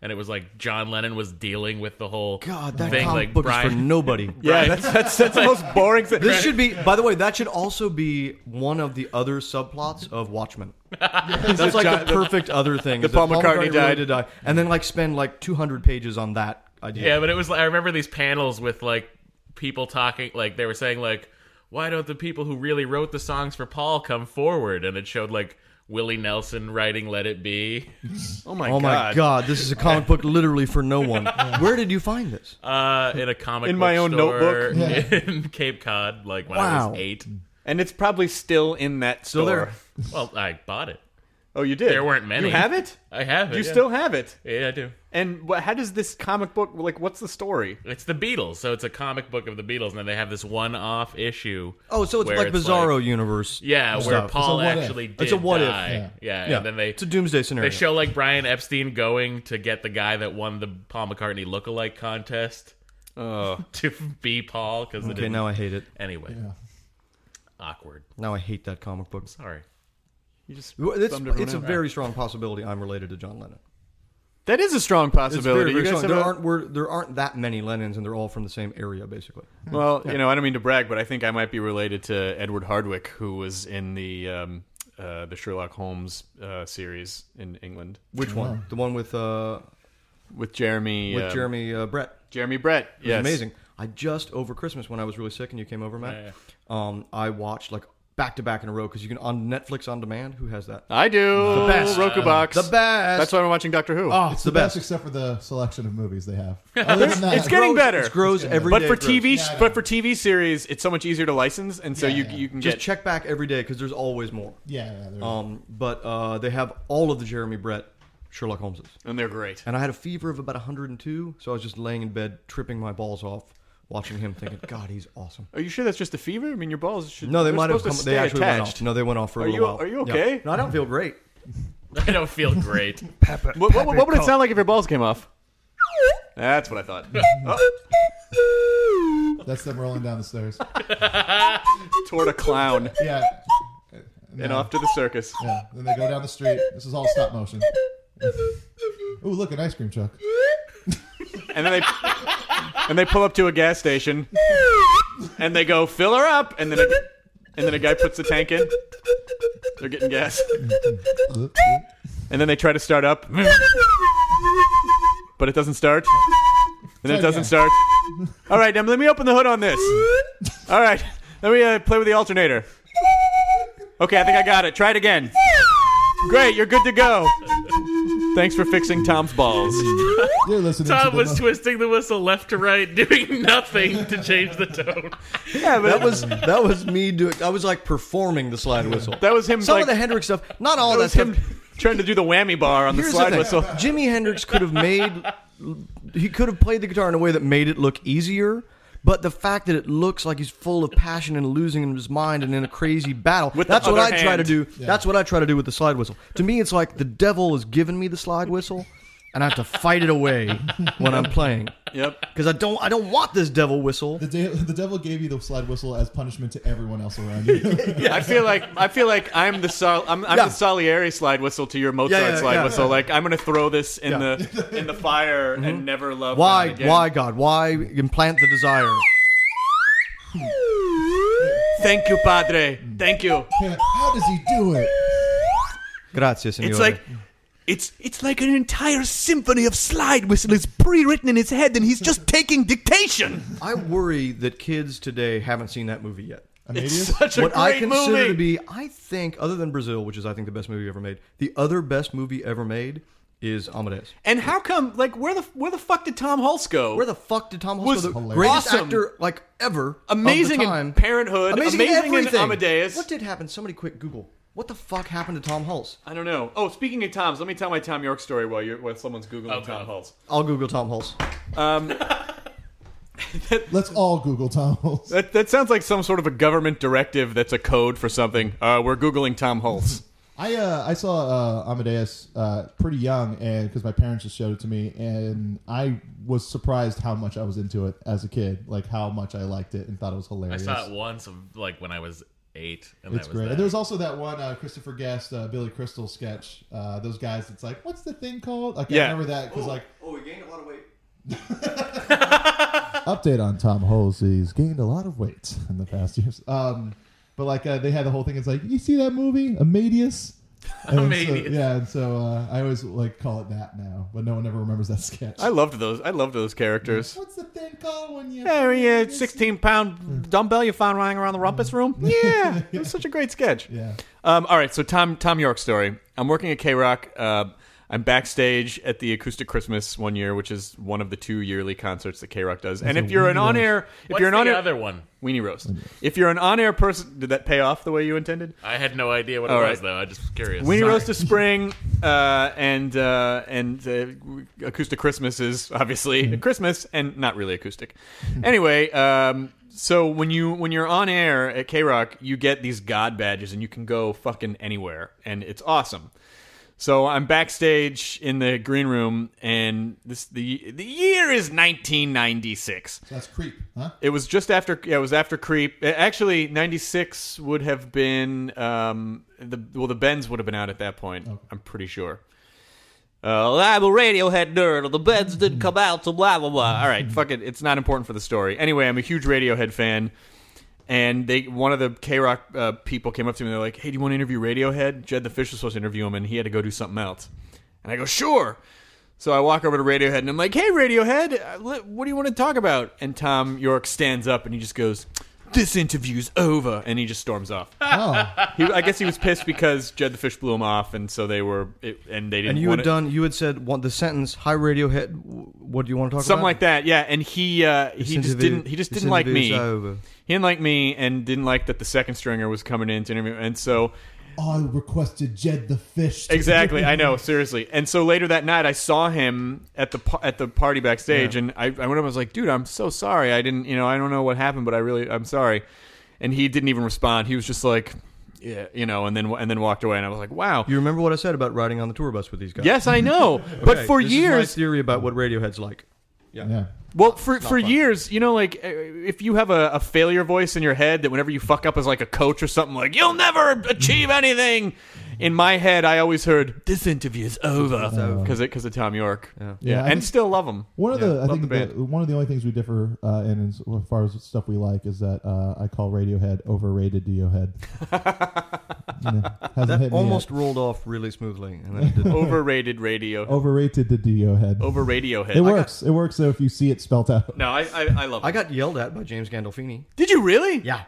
And it was like John Lennon was dealing with the whole
God, that
thing,
comic
like
book
Brian,
is for nobody.
yeah, that's that's, that's the most boring thing.
This should be, by the way, that should also be one of the other subplots of Watchmen. That's like the perfect other thing. The
Paul McCartney died.
to die, and then like spend like 200 pages on that idea.
Yeah, but it was. like I remember these panels with like people talking, like they were saying, like, why don't the people who really wrote the songs for Paul come forward? And it showed like Willie Nelson writing "Let It Be."
oh my
oh
god!
my god, this is a comic book literally for no one. Where did you find this?
Uh, in a comic
In
book
my own
store
notebook?
in Cape Cod, like when I
Wow.
was eight.
And it's probably still in that store.
Still there.
Well, I bought it.
Oh, you did.
There weren't many.
You have it.
I have it.
You
yeah.
still have it.
Yeah, I do.
And wha how does this comic book like? What's the story?
It's the Beatles, so it's a comic book of the Beatles, and then they have this one-off issue.
Oh, so it's
where
like Bizarro
like-
universe.
yeah, where
stuff.
Paul
It's a what if.
actually did.
It's a what if,
die. Yeah.
Yeah.
and then they
it's a doomsday scenario.
They show like Brian Epstein going to get the guy that won the Paul McCartney lookalike contest
Oh.
to be Paul because
okay, now I hate it.
anyway awkward.
Now I hate that comic book.
Sorry,
You just
Well, It's,
bummed everyone
it's a
out.
very strong possibility I'm related to John Lennon.
that is a strong
It's
possibility.
very, very
you guys
strong.
have
There
a-
aren't we're, there aren't that many Lennons, and they're all from the same area, basically.
Well, you know, I don't mean to brag, but I think I might be related to Edward Hardwick, who was in the um, uh, the Sherlock Holmes uh, series in England
Which one? The one with uh,
with Jeremy
with
um,
Jeremy uh, Brett.
Jeremy Brett.
It was
Yes,
amazing. I just over Christmas when I was really sick and you came over, Matt. Um, I watched like back to back in a row because you can on Netflix on demand. Who has that?
I do the
best.
Roku box.
The best.
That's why I'm watching Doctor Who.
Oh,
It's
it's
the,
the
best.
best.
except for the selection of movies they have. Other than that,
it's getting better.
It grows every
but
day,
for
it grows.
TV,
Yeah, I
but
know.
for TV series, it's so much easier to license, and so
Yeah,
you
yeah.
you can
just
get
check back every day because there's always more.
Yeah, yeah. there it is.
Um, but uh, they have all of the Jeremy Brett Sherlock Holmeses,
and they're great.
and I had a fever of about 102, so I was just laying in bed tripping my balls off, watching him, thinking, God, he's awesome.
Are you sure that's just a fever? I mean, your balls should
No, they
they're
might have
supposed to
come. They
stay
actually went
attached.
off. No, they went off for
Are
a little
you-
while.
are you
Yeah.
okay?
No, I don't feel great.
I don't feel great.
What, what, what would it sound like if your balls came off? That's what I thought.
Um,
Oh.
That's them rolling down the stairs.
Toward a clown
Yeah.
and off to the circus.
Yeah. Then they go down the street. This is all stop motion. Ooh, look, an ice cream truck.
And then they and they pull up to a gas station and they go fill her up and then a, and then a guy puts the tank in. They're getting gas. And then they try to start up. But it doesn't start. And it
Try
doesn't
again.
start. All right, now let me open the hood on this. All right, let me uh, play with the alternator. Okay, I think I got it. Try it again. Great, you're good to go. Thanks for fixing Tom's balls.
You're listening to
Tom
the
was
mo-
twisting the whistle left to right, doing nothing to change the tone.
Yeah, but
That was that was me doing. I was like performing the slide whistle.
That was him,
Some
like-
of the Hendrix stuff, not all of that
was him-
stuff.
trying to do the whammy bar on the
Here's
slide
the
whistle.
thing. Jimi Hendrix could have made he could have played the guitar in a way that made it look easier. But the fact that it looks like he's full of passion and losing his mind and in a crazy battle,
With the
that's what
other
I try to
hand.
do. That's what I try to do with the slide whistle. To me, it's like the devil has given me the slide whistle, and I have to fight it away when I'm playing
Yep.
because I don't I don't want this devil whistle.
The, de- the devil gave you the slide whistle as punishment to everyone else around you.
I feel like I feel like I'm the Sol- I'm, I'm
Yeah.
the Salieri slide whistle to your Mozart
Yeah, yeah,
slide
yeah.
whistle. Like I'm gonna throw this in
Yeah. Mm-hmm.
the in the fire and never love.
Why
that again.
why God why implant the desire?
Thank you, Padre. Thank you.
How does he do it?
Grazie, signore.
It's like it's it's like an entire symphony of slide whistle is pre-written in his head, and he's just taking dictation.
I worry that kids today haven't seen that movie yet.
It's
Amadeus?
such a
what
great
I consider
movie.
to be, I think, other than Brazil, which is I think the best movie ever made, the other best movie ever made is Amadeus.
and how come? Like where the where the fuck did Tom Hulse go?
Where the fuck did Tom Hulse
Was
go? The
hilarious.
greatest
awesome.
actor like ever, of the
Amazing in
time.
Parenthood, amazing in
everything.
Amadeus.
What did happen? Somebody quick Google. What the fuck happened to Tom Hulse?
I don't know. Oh, speaking of Tom's, let me tell my Tom York story while you're while someone's googling
Oh,
Tom
God.
Hulse.
I'll Google Tom Hulse.
Let's all Google Tom Hulse.
That, that sounds like some sort of a government directive that's a code for something. Uh, we're Googling Tom Hulse.
I uh, I saw uh, Amadeus uh, pretty young, and because my parents just showed it to me, and I was surprised how much I was into it as a kid, like how much I liked it and thought it was
I
hilarious.
saw it once, like when I was eight, and
It's
that
great.
was
And
that.
there was also that one uh, Christopher Guest, uh, Billy Crystal sketch. Uh, those guys, it's like, what's the thing called? Like,
Yeah.
I remember that because like
Oh, he gained a lot of weight.
update on Tom Hulse. He's gained a lot of weight in the past years. Um, but like uh, they had the whole thing. It's like you see that movie Amadeus. And so-
Amadeus.
yeah, and so uh, I always like call it that now, but no one ever remembers that sketch.
I loved those. I loved those characters.
What's the thing called when you?
Hey, uh, sixteen-pound dumbbell you found running around the rumpus room. Yeah, it was such a great sketch.
Yeah.
Um, all right, so Tom Tom York story. I'm working at K Rock. Uh, I'm backstage at the Acoustic Christmas one year, which is one of the two yearly concerts that K Rock does. And if you're an
Weenie
on air, if
What's
you're an on
the
air,
other one?
weenie roast. If you're an on air person, did that pay off the way you intended?
I had no idea what
All
it
right.
was though. I just was curious.
Weenie
Sorry.
Roast is spring, uh, and uh, and uh, acoustic Christmas is obviously Christmas and not really acoustic. anyway, um, so when you when you're on air at K Rock, you get these God badges, and you can go fucking anywhere, and it's awesome. So I'm backstage in the green room, and this the the year is 1996.
That's creep, huh?
It was just after. Yeah, it was after Creep. Uh, Actually, '96 would have been um, the well, the Bends would have been out at that point. I'm pretty sure. Uh, I'm a Radiohead nerd. The Bends didn't come out. So blah blah blah. All right, fuck it. It's not important for the story. Anyway, I'm a huge Radiohead fan, and they one of the K Rock uh, people came up to me. and They're like, "Hey, do you want to interview Radiohead?" Jed the Fish was supposed to interview him, and he had to go do something else. And I go, "Sure." So I walk over to Radiohead and I'm like, "Hey, Radiohead, uh, li- what do you want to talk about?" And Tom York stands up and he just goes, "This interview's over," and he just storms off.
Oh,
he, I guess he was pissed because Jed the Fish blew him off, and so they were, it, and they didn't.
And you
want
had
it-
done. You had said one, the sentence. Hi, Radiohead. w- What do you want to talk
something
about?
like that. Yeah, and he uh, he
This
just
interview-
didn't he just
this
didn't like
interview's
me.
over.
He didn't like me and didn't like that the second stringer was coming in to interview, and so.
I requested Jed the fish. to-
Exactly, I know, seriously. And so later that night, I saw him at the pa- at the party backstage, and I, I went up. and was like, "Dude, I'm so sorry. I didn't, you know, I don't know what happened, but I really, I'm sorry." And he didn't even respond. He was just like, "Yeah," you know, and then and then walked away. And I was like, "Wow."
You remember what I said about riding on the tour bus with these guys?
yes, I know, but
Okay,
for
this
years,
is my theory about what Radiohead's like.
Yeah.
well, for for years, you know, like uh, if you have a, a failure voice in your head that whenever you fuck up as like a coach or something, like you'll never achieve anything. In my head, I always heard this interview's over because because of Tom York.
Yeah, I
and
think-
still love him.
One of the I
love
think
the
the one of the only things we differ uh, in as far as stuff we like is that uh, I call Radiohead overrated Diohead. yeah, hasn't hit
That
me yet.
almost rolled off really smoothly, and then it didn't.
Overrated radio.
overrated the Diohead.
Oh,
Over Radiohead.
it works. it works though if you see it spelt out.
No, I, I, I love
I
it.
got yelled at by James Gandolfini.
Did you really?
Yeah.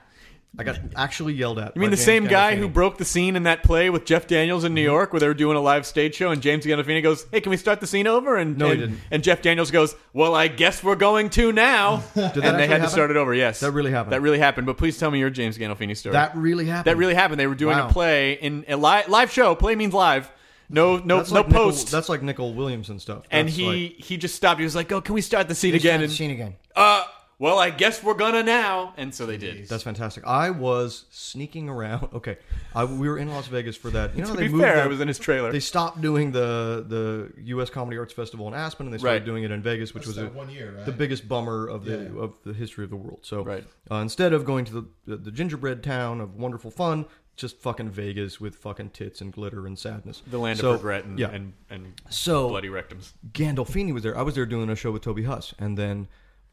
I got actually yelled at.
You mean the same guy who broke the scene in that play with Jeff Daniels in New
Mm-hmm.
York where they were doing a live stage show and James Gandolfini goes, hey, can we start the scene over? And,
No, he
and,
didn't.
and Jeff Daniels goes, well, I guess we're going to now. and they had
Did that actually
to
happen?
start it over, yes.
That really happened.
That really happened. But please tell me your James Gandolfini story.
That really happened.
That really happened. They were doing
Wow.
a play in a li- live show. Play means live. No, no,
That's
no
like Nickel-
post.
that's like Nickel Williamson stuff.
and
That's
he
like-
he just stopped. He was like, "Oh, can we start the scene again?" And,
Seen again.
uh, well, I guess we're gonna now. And so they did.
that's fantastic. I was sneaking around. Okay, I, we were in Las Vegas for that. You know, how
to
they
be
moved
fair,
that-
I was in his trailer.
They stopped doing the the U.S. Comedy Arts Festival in Aspen, and they started
Right.
doing it in Vegas, which
That's
was
that one year, right?
the biggest bummer of the
Yeah.
of the history of the world. So
Right.
uh, instead of going to the, the the gingerbread town of wonderful fun, just fucking Vegas with fucking tits and glitter and sadness.
the land
So,
of regret and
yeah.
and, and
so
bloody rectums.
Gandolfini was there. I was there doing a show with Toby Huss, and then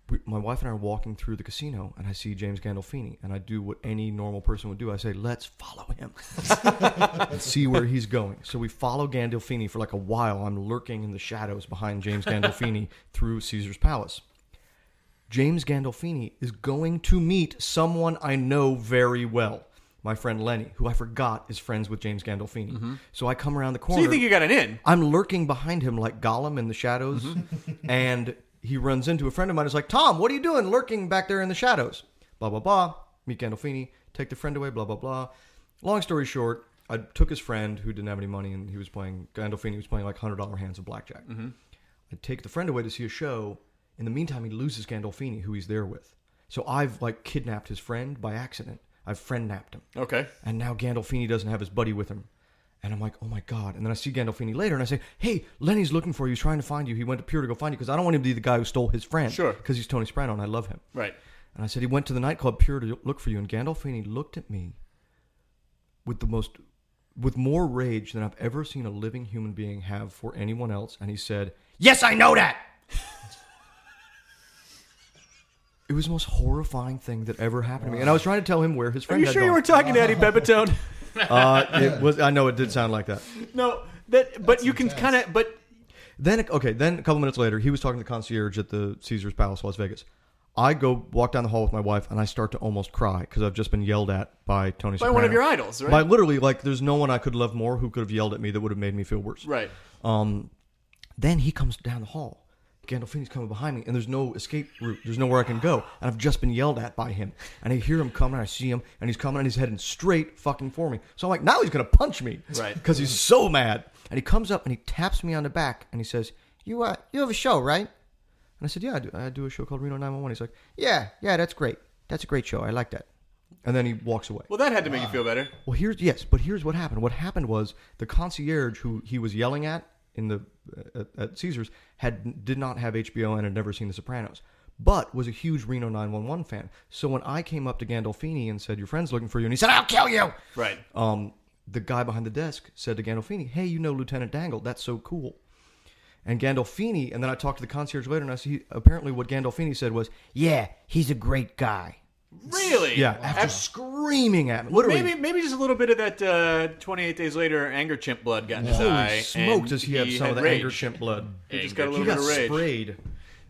we, my wife and I are walking through the casino, and I see James Gandolfini, and I do what any normal person would do. I say, "Let's follow him and see where he's going." So we follow Gandolfini for like a while. I'm lurking in the shadows behind James Gandolfini through Caesar's Palace. James Gandolfini is going to meet someone I know very well. My friend Lenny, who I forgot is friends with James Gandolfini. So I come around the corner.
Mm-hmm. So you think you got an in?
I'm lurking behind him like Gollum in the shadows, and he runs into a friend of mine. Who's like, "Tom, what are you doing lurking back there in the shadows?" Blah blah blah. Meet Gandolfini. Take the friend away. Blah blah blah. Long story short, I took his friend who didn't have any money, and he was playing Gandolfini was playing like hundred dollar hands of blackjack. I take the friend away to see a show. In the meantime, he loses Gandolfini, who he's there with. So I've like kidnapped his friend by accident. I've friend napped him.
Okay.
And now Gandolfini doesn't have his buddy with him. And I'm like, oh my God. And then I see Gandolfini later and I say, hey, Lenny's looking for you. He's trying to find you. He went to Pier to go find you because I don't want him to be the guy who stole his friend.
Sure.
Because he's Tony Soprano and I love him.
Right.
And I said, he went to the nightclub Pier to look for you. And Gandolfini looked at me with the most, with more rage than I've ever seen a living human being have for anyone else. And he said, yes, I know that. It was the most horrifying thing that ever happened to me, and I was trying to tell him where his
Are
friend.
you
had
sure you
gone.
were talking to Eddie Bebatone?
Uh, it was. I know it did sound like that.
no, that. But you can kind of. But
Then okay. Then a couple minutes later, he was talking to the concierge at the Caesar's Palace, Las Vegas. I go walk down the hall with my wife, and I start to almost cry because I've just been yelled at by Tony.
By one of your idols, right?
By literally, like, there's no one I could love more who could have yelled at me that would have made me feel worse.
right.
Um, then he comes down the hall. Gandolfini's coming behind me, and there's no escape route. There's nowhere I can go, and I've just been yelled at by him. And I hear him coming, and I see him, and he's coming, and he's heading straight fucking for me. So I'm like, now he's gonna punch me,
Right.
Because he's so mad. And he comes up and he taps me on the back, and he says, "You uh, you have a show, right?" And I said, "Yeah, I do. I do a show called Reno 911." He's like, "Yeah, yeah, that's great. That's a great show. I like that." And then he walks away.
Well, that had to make you feel better.
Well, here's yes, but here's what happened. What happened was the concierge who he was yelling at in the uh, at, at Caesars had did not have HBO and had never seen The Sopranos, but was a huge Reno 911 fan. So when I came up to Gandolfini and said, "Your friend's looking for you," and he said, "I'll kill you,"
Right.
um, the guy behind the desk said to Gandolfini, "Hey, you know Lieutenant Dangle? That's so cool." And Gandolfini, and then I talked to the concierge later, and I see apparently what Gandolfini said was,
Yeah, he's a great guy.
Really?
"Yeah," after screaming at me, literally.
Maybe maybe just a little bit of that uh, 28 days later anger chimp blood got in his
Holy
eye.
smoke!
and
Does he have some
had
of the
rage.
anger chimp blood?
He just got a
He
little bit
got
of rage.
sprayed.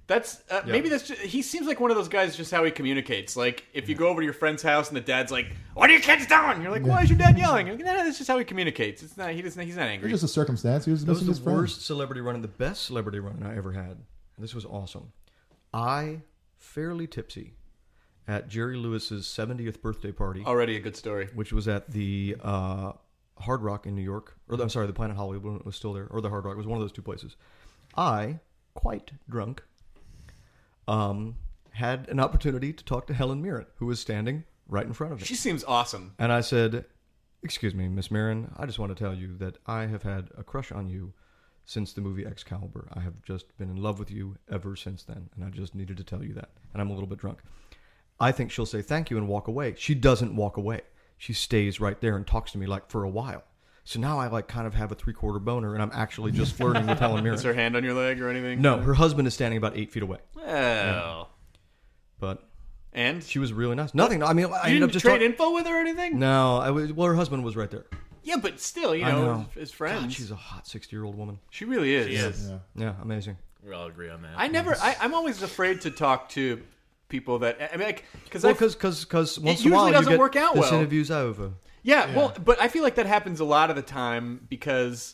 That's uh, maybe that's just, he seems like one of those guys. Just how he communicates. Like if you go over to your friend's house and the dad's like, "What are you kids doing?" You're like, "Why is your dad yelling?" Like, no, no, that's just how he communicates. It's not he doesn't he's not
It
angry.
was just a circumstance. He was
That was
missing
the
his friend.
worst celebrity run and the best celebrity run I ever had. This was awesome. I fairly tipsy at Jerry Lewis's 70th birthday party,
Already a good story.
which was at the uh, Hard Rock in New York, or the- I'm sorry, the Planet Hollywood when it was still there, or the Hard Rock. It was one of those two places. I, quite drunk, um, had an opportunity to talk to Helen Mirren, who was standing right in front of me.
She seems awesome.
And I said, Excuse me, Miss Mirren, I just want to tell you that I have had a crush on you since the movie Excalibur. I have just been in love with you ever since then, and I just needed to tell you that. And I'm a little bit drunk. I think she'll say thank you and walk away. She doesn't walk away. She stays right there and talks to me like for a while. So now I like kind of have a three quarter boner, and I'm actually just flirting with Helen Mirren.
Is her hand on your leg or anything?
No, her husband is standing about eight feet away,
Well,
but
and
she was really nice. Nothing. I mean, I
you
ended
didn't
up just
trade
talk-
info with her or anything.
No, I was. Well, her husband was right there.
Yeah, but still, you
I
know,
know.
as, as friends,
God, she's a hot sixty-year-old woman.
she really is.
Yes,
Yeah, amazing.
we all agree on that.
I never. I, I'm always afraid to talk to people that I mean, because
Well,
I
because because because once in
usually
a while
doesn't
you get
work out
this
well."
interview's over.
yeah, Well, but I feel like that happens a lot of the time because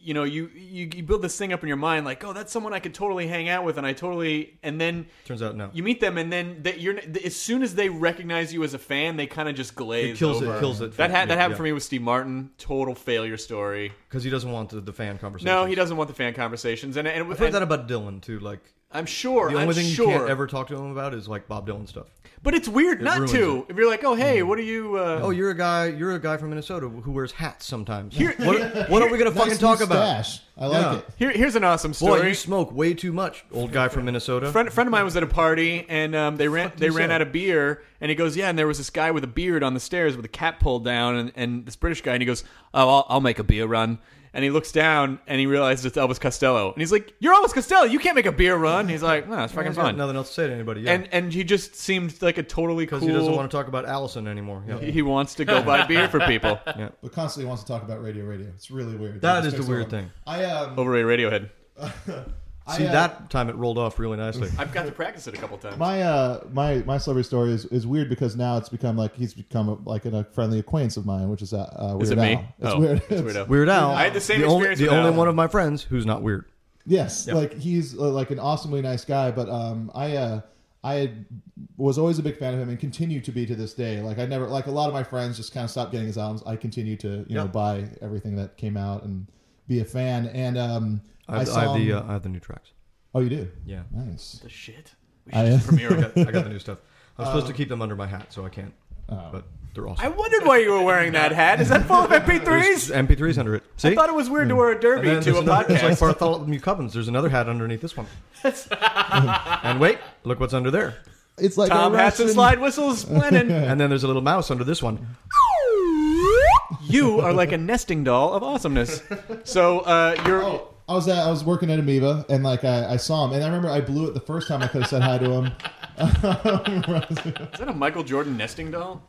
you know, you, you you build this thing up in your mind, like, oh, that's someone I could totally hang out with, and I totally, and then
Turns out no.
you meet them, and then that you're as soon as they recognize you as a fan, they kind of just glaze.
kills it-
over.
kills it for-
That ha- that
yeah,
happened
yeah.
for me with Steve Martin. Total failure story.
because he doesn't want the, the fan conversation.
No, he doesn't want the fan conversations, and and,
I've heard
and
that about Dylan too. Like
I'm sure.
the only
I'm
thing
sure.
you can't ever talk to him about is like Bob Dylan stuff.
But it's weird not
ruins Mm.
to. If you're like, oh hey, what are you? Uh,
Oh, you're a guy. You're a guy from Minnesota who wears hats sometimes.
Here-
what, what are we gonna
Nice
fucking talk about?
mustache. I like
Yeah.
it.
here, here's an awesome
Boy,
story.
you smoke way too much, old guy from Minnesota.
friend friend of mine was at a party and um, they ran they ran out of beer and he goes yeah and there was this guy with a beard on the stairs with a cap pulled down and, and this British guy and he goes oh I'll, I'll make a beer run and he looks down and he realizes it's Elvis Costello and he's like you're Elvis Costello you can't make a beer run and he's like no it's fucking
He's got
fun
Nothing else to say to anybody. Yeah.
and and he just seemed like a totally cool
because he doesn't want to talk about Allison anymore. Yeah.
he wants to go buy beer for people
But constantly wants to talk about radio. Radio. It's really weird. It
That is
just
the
picks
weird
up.
thing.
I um.
over a Radiohead
I,
See,
uh,
that time it rolled off really nicely.
I've got to practice it a couple times
My uh my my celebrity story is, is weird because now it's become like he's become a, like a friendly acquaintance of mine, which is uh, uh Weird
is it
Al.
me
It's
oh
weird.
it's weirdo
Weird Al.
I had the same
only-
experience
the
with
only
Al.
one of my friends who's not weird.
Yes, like he's uh, like an awesomely nice guy, but um, I uh, I had- was always a big fan of him and continue to be to this day. Like I never like a lot of my friends just kind of stopped getting his albums. I continue to you know
Yeah.
buy everything that came out and be a fan. And um,
I
I,
have, I
saw
have the
him-
uh, I have the new tracks.
oh, you do
Yeah.
nice.
The shit
I,
Premiere. I got, I got the new stuff. I'm supposed
Um,
to keep them under my hat, so I can't.
oh.
But they're awesome.
I wondered why you were wearing that hat is that full of MP3s
There's MP3s under it. See?
I thought it was weird to wear a derby
Hmm. And then
to a
there's another- It's like
podcast.
Bartholomew Cubbins. There's another hat underneath this one. and wait, look what's under there.
it's like
Tom
a
hats and
Russian-
slide whistles, Lennon.
And then there's a little mouse under this one.
Oh you are like a nesting doll of awesomeness. So uh, you're.
Oh, I was at, I was working at Amoeba and like I, I saw him and I remember I blew it the first time I could have said hi to him.
Is that a Michael Jordan nesting doll?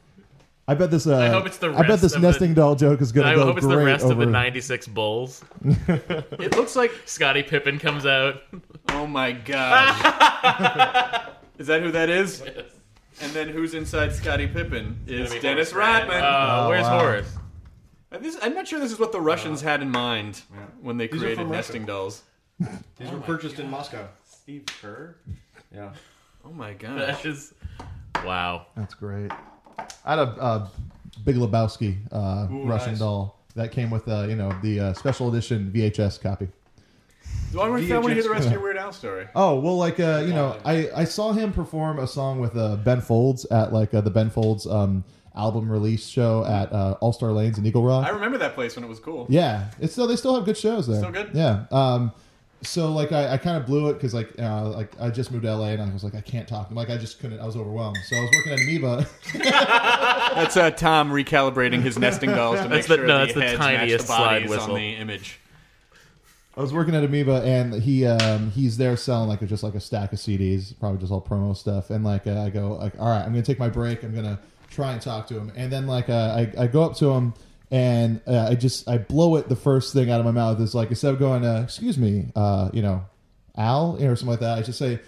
I bet this. Uh, I
hope it's the
I bet
rest
this
of the-
nesting doll joke is going
I
to go
hope it's
great
the rest
over
of the 96 Bulls.
It looks like.
Scottie Pippen comes out. Uh,
Oh my god. is that who that is? And then who's inside Scottie Pippen is
Gonna be
Dennis
Horace Grant.
Rodman.
Oh, where's
wow.
Horace?
And this, I'm not sure this is what the Russians had in mind when they created
from Russia.
nesting dolls.
These were purchased in Moscow.
Steve Kerr?
Yeah.
Oh my god.
That is. Wow.
That's great. I had a uh, Big Lebowski uh, Russian
nice.
doll that came with uh, you know the uh, special edition VHS copy.
Do I want to hear the rest of your Weird Al story?
Oh well, like uh, you know, I, I saw him perform a song with uh, Ben Folds at like uh, the Ben Folds um, album release show at uh, All Star Lanes in Eagle Rock.
I remember that place when it was cool.
Yeah, it's still they still have good shows there.
Still good?
Yeah. Um, so like I, I kind of blew it because like uh, like I just moved to LA and I was like I can't talk. Like I just couldn't. I was overwhelmed. So I was working at Amoeba.
That's uh, Tom recalibrating his nesting dolls to make
That's the-
sure
no,
the,
that's the
heads
tiniest
match the bodies
slide whistle.
on the image.
I was working at Amoeba, and he um, he's there selling like just like a stack of CDs, probably just all promo stuff. And like uh, I go like, all right, I'm gonna take my break. I'm gonna try and talk to him, and then like uh, I I go up to him, and uh, I just I blow it. The first thing out of my mouth is like instead of going, uh, excuse me, uh, you know, Al or something like that, I just say,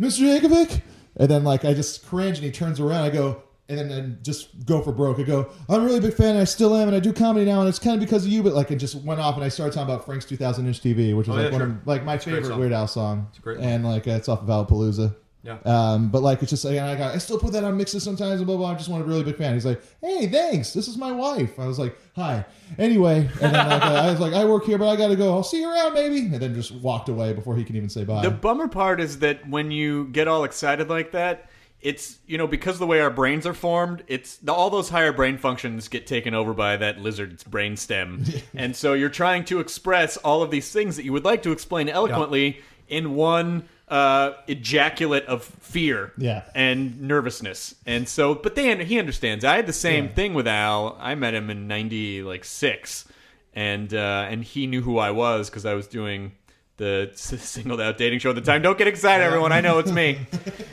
Mr. Yankovic? And then like I just cringe and he turns around. I go and then and just go for broke. I go, I'm a really big fan. And I still am, and I do comedy now, and it's kind of because of you. But like it just went off, and I started talking about Frank's 2000 inch TV, which is like
Oh, yeah,
one
sure.
of like my
a great
favorite
song.
Weird Al song. It's
great one.
and like it's off of Alapalooza.
Yeah.
Um, but like it's just like and I got I still put that on mixes sometimes and blah blah. I just want a really big fan. He's like, hey, thanks. This is my wife. I was like, hi. Anyway, and then like, I was like, I work here, but I got to go. I'll see you around, maybe. And then just walked away before he can even say bye.
The bummer part is that when you get all excited like that, it's you know because of the way our brains are formed, it's the, all those higher brain functions get taken over by that lizard's brain stem, and so you're trying to express all of these things that you would like to explain eloquently in one uh, ejaculate of fear
Yeah.
and nervousness, and so but then he understands. I had the same thing with Al. I met him in ninety like six, and uh, and he knew who I was because I was doing the s- singled out dating show at the time. Don't get excited, everyone. I know it's me.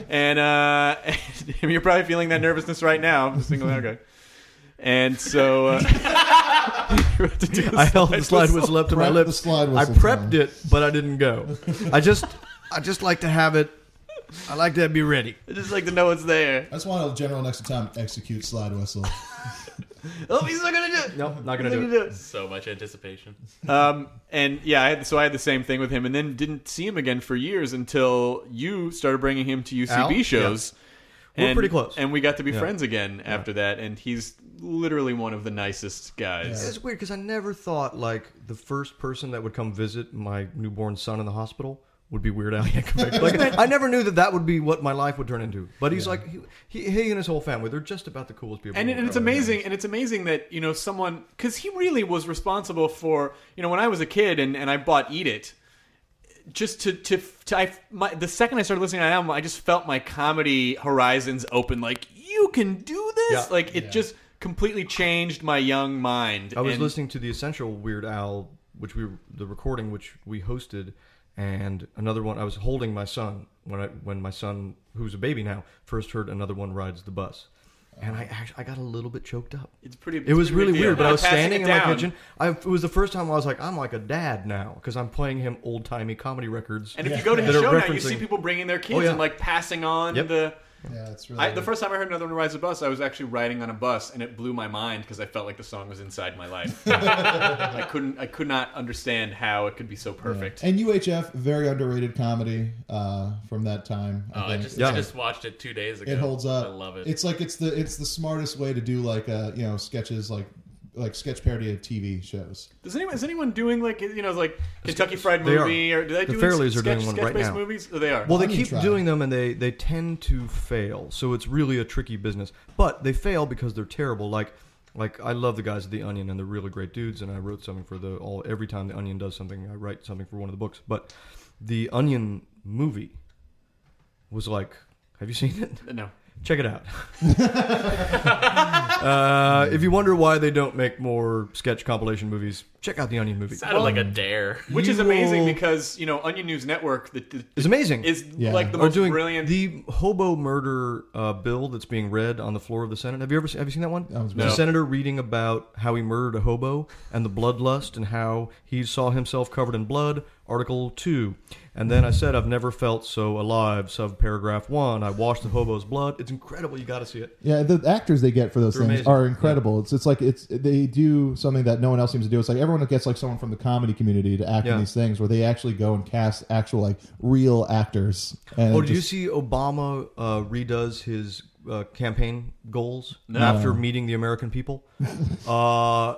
and uh, you're probably feeling that nervousness right now. I'm a singled out guy. And so uh, you have to do the
I held the slide
whistle.
whistle up to my
Prep
lips.
the slide
I
whistle
prepped
sound.
it, but I didn't go. I just, I just like to have it. I like to be ready.
I just like to know it's there.
I just want a general next time execute slide whistle.
oh, he's not gonna do it.
No, not gonna
He's
do
not
it.
gonna do
So much anticipation.
Mm,
it. Um, and yeah, I had, so I had the same thing with him, and then didn't see him again for years until you started bringing him to UCB
Al? Yeah.
shows.
We're
And-
pretty close.
and we got to be friends again after that. And he's literally one of the nicest guys.
It's weird because I never thought like the first person that would come visit my newborn son in the hospital would be Weird Al Yankovic. Like I never knew that that would be what my life would turn into. But he's like he, he, he and his whole family they're just about the coolest people.
and, it,
in the
and it's
world.
amazing and it's amazing that you know someone because he really was responsible for you know when i was a kid and, and i bought eat it just to to, to I, my, the second i started listening to that album i just felt my comedy horizons open like you can do this
Yeah.
like it just completely changed my young mind
I was
and,
listening to the Essential Weird Al, which we the recording which we hosted, and another one. I was holding my son when I when my son, who's a baby now, first heard another one rides the bus, and I actually I got a little bit choked up.
it's pretty
It was really weird, but I was
Passing
standing
it
in my
down.
kitchen. I, it was the first time I was like, I'm like a dad now because I'm playing him old timey comedy records.
and if you go to his
that are
show now you see
referencing- Oh,
people bringing their kids
yeah.
and like passing on
Yep.
the
Yeah, it's really
Um,
I, the first time I heard Another One Rides the Bus, I was actually riding on a bus, and it blew my mind because I felt like the song was inside my life. I couldn't, I could not understand how it could be so perfect.
and UHF very underrated comedy uh, from that time. I
Oh, I
think.
just
Yeah.
I just watched it two days ago.
it holds up.
I love it.
It's like it's the it's the smartest way to do like uh you know sketches like like sketch parody of TV shows.
Does anyone, is anyone doing like you know like Kentucky Fried
They are.
Movie or do they
The
do
Fairleys
sketch,
are doing one right
sketch-based
now.
movies? Oh, they are.
Well, they
Why do you
keep
try?
doing them, and they they tend to fail. So it's really a tricky business. But they fail because they're terrible. Like like I love the guys at the Onion, and they're really great dudes. And I wrote something for the all every time the Onion does something, I write something for one of the books. But the Onion movie was like, have you seen it?
no.
Check it out. uh, if you wonder why they don't make more sketch compilation movies, check out the Onion movie.
sounded like a dare.
Which is
You
amazing
will-
because you know Onion News Network the, the,
It's amazing.
is
Yeah.
like the
are
most
doing
brilliant.
the hobo murder uh, bill that's being read on the floor of the Senate. Have you ever se- have you seen that one?
was
It's a
No.
senator reading about how he murdered a hobo and the bloodlust and how he saw himself covered in blood. Article two, and then I said I've never felt so alive. Sub paragraph one. I washed the hobo's blood. It's incredible. You got to see it.
Yeah, the actors they get for those things
amazing.
are incredible. It's it's like it's they do something that no one else seems to do. It's like everyone gets like someone from the comedy community to act
Yeah.
in these things where they actually go and cast actual like real actors. And
Oh,
it
did you
just-
see Obama uh, redoes his uh, campaign goals after meeting the American people? uh,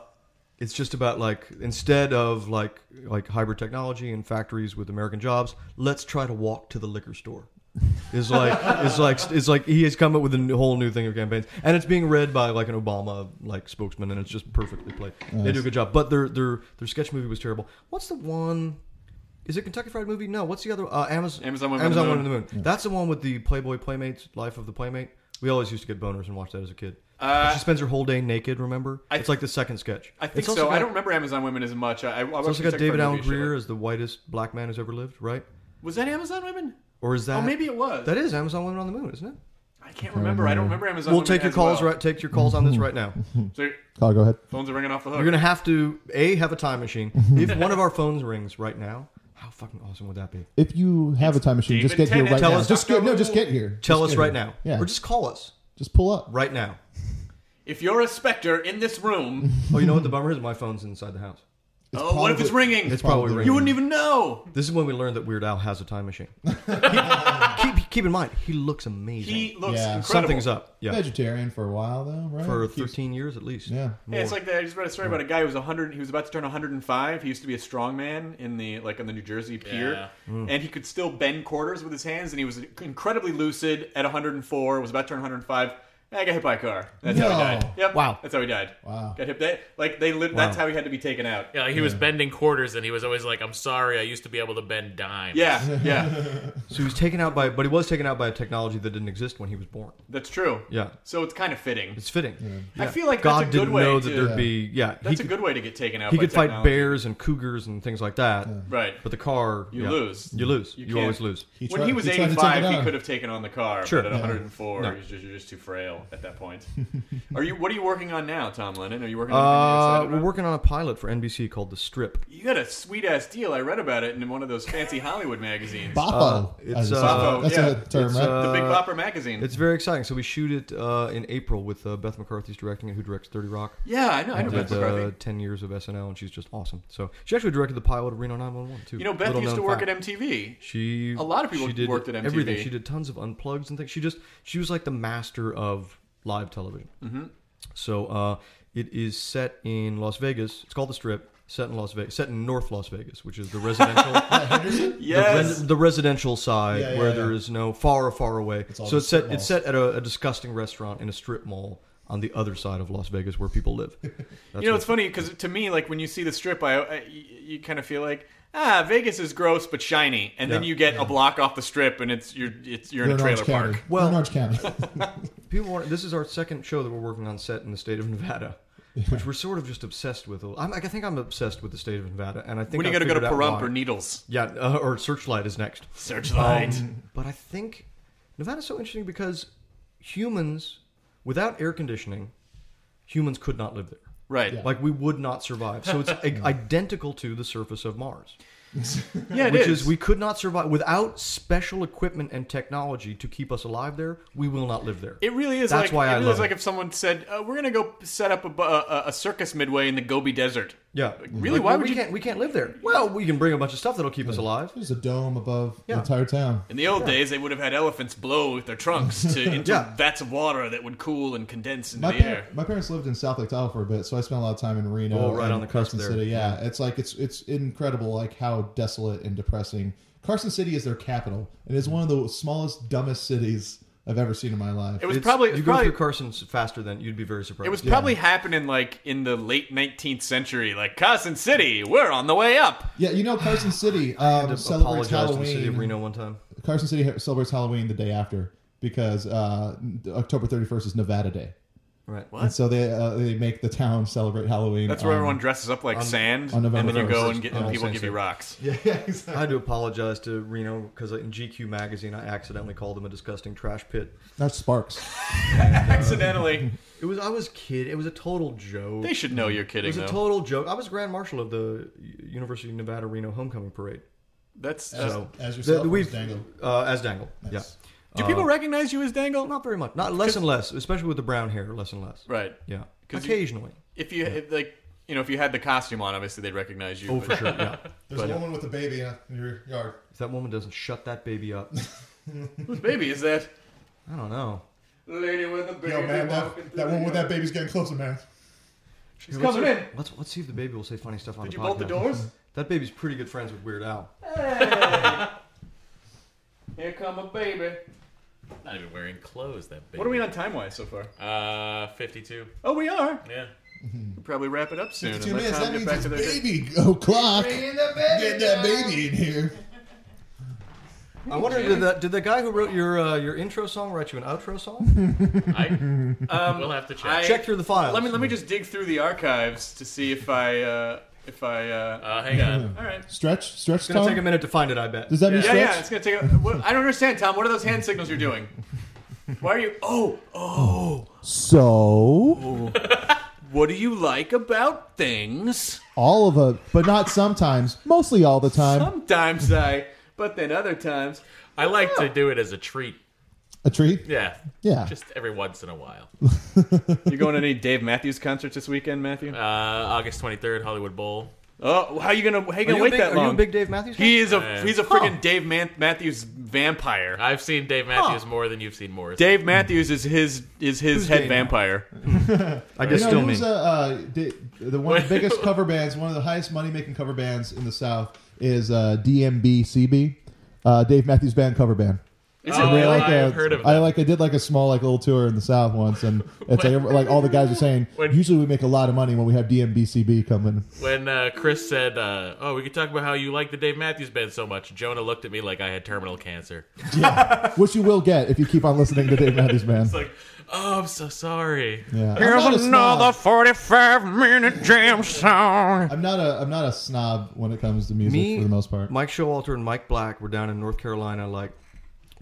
it's just about like instead of like like hybrid technology and factories with American jobs, let's try to walk to the liquor store. Is like is like is like he has come up with a new- whole new thing of campaigns, and it's being read by like an Obama like spokesman, and it's just perfectly played. They do a good job, but their their their sketch movie was terrible. What's the one? Is it Kentucky Fried Movie? No. What's the other? Uh, Amazon.
Amazon Women in
Amazon
the
Women in the Moon. That's the one with the Playboy Playmates, Life of the Playmate. We always used to get boners and watch that as a kid. she spends her whole day naked. Remember?
Uh, I-
it's like the second sketch.
I think
It's
so.
also
I
got-
don't remember Amazon Women as much. I, I
It's also got David Allen Greer as the whitest black man who's ever lived, right?
Was that Amazon Women?
Or is that?
Oh, maybe it was.
That is Amazon Women on the Moon, isn't it?
I can't remember. I don't remember Amazon.
We'll
Women
take your
as
calls
well.
right. Take your calls on this right now.
So,
Oh, go ahead.
phones are ringing off the hook.
You're gonna have to a have a time machine. If one of our phones rings right now, how fucking awesome would that be?
If you have a time machine, just
David
get here
Tennant.
right
Tell
now.
us-
just get, no, just get here.
Tell
Just
us
get
right
here.
now,
Yeah,
or just call us
just pull up.
right now.
If you're a specter in this room,
Oh, you know what the bummer is? My phone's inside the house.
oh, what if it's ringing?
It's probably
you
ringing.
wouldn't even know.
This is when we learned that Weird Al has a time machine. keep, keep, keep in mind, he looks amazing.
He looks
Yeah.
incredible.
Something's up. Yeah,
vegetarian for a while though, right?
for
Keeps-
13 years at least.
Yeah.
Yeah, it's like that. I just read a story about a guy who was 100. He was about to turn 105. He used to be a strongman in the like on the New Jersey pier,
Yeah.
and he could still bend quarters with his hands. And he was incredibly lucid at 104. Was about to turn 105. Eh, I got hit by a car. That's how he
No.
died. Yep.
Wow.
That's how he died.
Wow.
Got hit. They, like they. Li- That's how he had to be taken out.
Yeah, like he was bending quarters, and he was always like, "I'm sorry, I used to be able to bend dimes."
Yeah. Yeah.
So he was taken out by, but he was taken out by a technology that didn't exist when he was born.
that's true.
Yeah.
So it's kind of fitting.
It's fitting.
I feel like
God
that's a good
didn't
way
know
to-
that there'd be. Yeah, he
That's
could,
a good way to get taken out.
he
by
could fight
technology.
bears and cougars and things like that.
Right.
But the car,
You
yeah.
lose.
You lose.
You
You,
can't-
always lose.
He
when
tried-
he was
he tried to take it
85, he
on.
could have taken on the car.
Sure.
But at
Yeah.
104,
No.
he was just, you're just too frail. jail at that point. are you? What are you working on now, Tom Lennon? Are you working on
Uh,
anything
we're
you're excited about?
working on a pilot for NBC called The Strip.
You got a sweet ass deal. I read about it in one of those fancy Hollywood magazines.
Bopo.
it's,
as it's
uh,
called. that's
yeah,
a term,
it's,
right?
uh,
the Big Bopper magazine.
It's very exciting. So we shoot it uh, in April with uh, Beth McCarthy's directing it, who directs Thirty Rock.
yeah, I know. I know
Did
Beth
uh,
McCarthy.
ten years of SNL, and she's just awesome. So she actually directed the pilot of Reno 911 too.
You know, Beth
Little
used to
known
work
fact.
at MTV.
She
A lot of people
she did
worked at MTV.
Everything she did tons of unplugs and things. She just she was like the master of live television. Mm-hmm. So uh, it is set in Las Vegas. It's called the Strip. Set in Las Vegas. Set in North Las Vegas, which is the residential.
Henderson?
The, res-
Yes.
the residential side
Yeah, yeah,
where
yeah.
there is no far far away.
all
so
just
it's set
strip
it's set at a, a disgusting restaurant in a strip mall on the other side of Las Vegas where people live. That's
you know,
what-
it's funny because to me, like when you see the strip, I, I you, you kind of feel like ah, Vegas is gross but shiny, and then
Yeah,
you get a block off the strip, and it's you're it's you're,
You're
in a trailer
Orange County.
park.
Well, in Orange County.
people want this is our second show that we're working on set in the state of Nevada. Which we're sort of just obsessed with. I'm, I think I'm obsessed with the state of Nevada, and I think
When are you
I've
gonna go to
figured out
Pahrump
why.
or Needles?
yeah, uh, or Searchlight is next.
Searchlight.
But I think Nevada's so interesting because humans, without air conditioning, humans could not live there.
right. Yeah,
Like we would not survive. So it's i- identical to the surface of Mars,
it
which is we could not survive without special equipment and technology to keep us alive. There, we will not live there.
It really is like
That's why
it
I
really
love
is like
it.
if someone said, uh, "We're gonna go set up a, bu- a, a circus midway in the Gobi Desert."
yeah,
Really?
Mm-hmm. Like,
Why
well,
would
we
you-
Can't, we can't live there. Well, we can bring a bunch of stuff that'll keep us alive.
There's a dome above
Yeah.
the entire town.
In the old days, they would have had elephants blow with their trunks to into
Yeah.
vats of water that would cool and condense into
My,
the
par-
air.
my parents lived in South Lake Tahoe for a bit, so I spent a lot of time in Reno,
Oh, right
and
on the coast
Carson
there.
City. Yeah. it's like it's it's incredible, like how desolate and depressing. Carson City is their capital, and it's one of the smallest, dumbest cities I've ever seen in my life.
It was
It's-
probably it
you
was
go
probably,
through Carson's faster than you'd be very surprised.
it was probably happening like in the late 19th century, like Carson City. We're on the way up.
yeah, you know, Carson City um, celebrates
apologized to the
Halloween.
city of Reno one time.
Carson City ha- celebrates Halloween the day after because uh, October 31st is Nevada Day,
Right.
and so they uh, they make the town celebrate Halloween.
That's where
on-
everyone dresses up like sand,
on
and
November
then you go
1st,
and, get,
on
Oh,
and
All
people give
Saints
you
Day.
rocks.
Yeah, exactly.
I had to apologize to Reno because in GQ magazine I accidentally called them a disgusting trash pit.
That's Sparks.
Accidentally,
It was I was kid. It was a total joke.
they should know you're
It
kidding
was a
though.
total joke. I was grand marshal of the U- University of Nevada Reno homecoming parade.
That's
So
as yourself or
we-
as Dangle?
Uh, as Dangle. Yeah. Uh,
do people recognize you as Dangle?
Not very much. Not less and less, especially with the brown hair. Less and less.
Right.
Yeah.
'Cause you-
Occasionally.
If you if, like, you know, if you had the costume on, obviously they'd recognize you.
Oh,
but-
for sure. Yeah.
There's a woman with a baby in your yard.
If that woman doesn't shut that baby up,
Whose baby is that?
I don't know.
Lady with the baby.
Yo, man,
walking
that,
through
that
the
woman with
yard.
that baby's getting closer, man.
She's coming in.
Let's let's see if the baby will say funny stuff on
Did
the
you
podcast.
bolt the doors?
That baby's pretty good friends with Weird Al.
Here come a baby.
Not even wearing clothes. That big.
What are we on time wise so far?
Uh, fifty-two.
Oh, we are.
Yeah.
We'll probably wrap it up soon. and
Two
let
minutes.
Tom
That
get
means
back
it's
to their day.
baby o'clock. Get that baby in here.
I wonder did the, did the guy who wrote your uh, your intro song write you an outro song?
I we'll have to check.
Um, I-
Check through the files.
Let me let me just dig through the archives to see if I uh, if I. Uh,
uh, hang on.
all right.
Stretch, stretch
It's gonna
Tom.
take a minute to find it. I bet.
Does that mean
Yeah,
stretch?
yeah. It's gonna take. A, what, I don't understand, Tom. What are those hand signals you're doing? Why are you? Oh, oh.
So
What do you like about things?
all of a, but not sometimes. Mostly all the time.
Sometimes I, but then other times.
I like
Oh.
to do it as a treat.
a treat.
Yeah.
Yeah.
Just every once in a while. Uh,
You going to any Dave Matthews concerts this weekend, Matthew?
Uh, August twenty-third, Hollywood Bowl.
Oh, how you gonna how you
Are
gonna
you a
wait
big,
that long?
Are you a big Dave Matthews? fan?
He is a
Yeah.
he's a freaking Dave Man- Matthews vampire.
I've seen Dave Matthews more than you've seen Morris.
Dave Matthews is his is his head
Dave?
vampire.
I
You
guess
know,
still me.
who's a, uh, di- the one of the biggest cover bands, one of the highest money making cover bands in the South is uh, DMBCB, uh, Dave Matthews Band cover band.
Is
Oh,
it
I
really?
like a-
I've heard of
I
them.
like I did like a small like little tour in the south once, and it's like like all the guys are saying.
When-
usually we make a lot of money when we have DMBCB coming.
When uh, Chris said, uh, "Oh, we could talk about how you like the Dave Matthews Band so much," Jonah looked at me like I had terminal cancer.
Yeah, which you will get if you keep on listening to Dave Matthews Band.
It's like, "Oh, I'm so sorry."
Yeah. Here's I'm not a snob.
45 minute jam song.
I'm not a I'm not a snob when it comes to music
me
for the most part.
Mike Showalter and Mike Black were down in North
Uh-huh.
Carolina like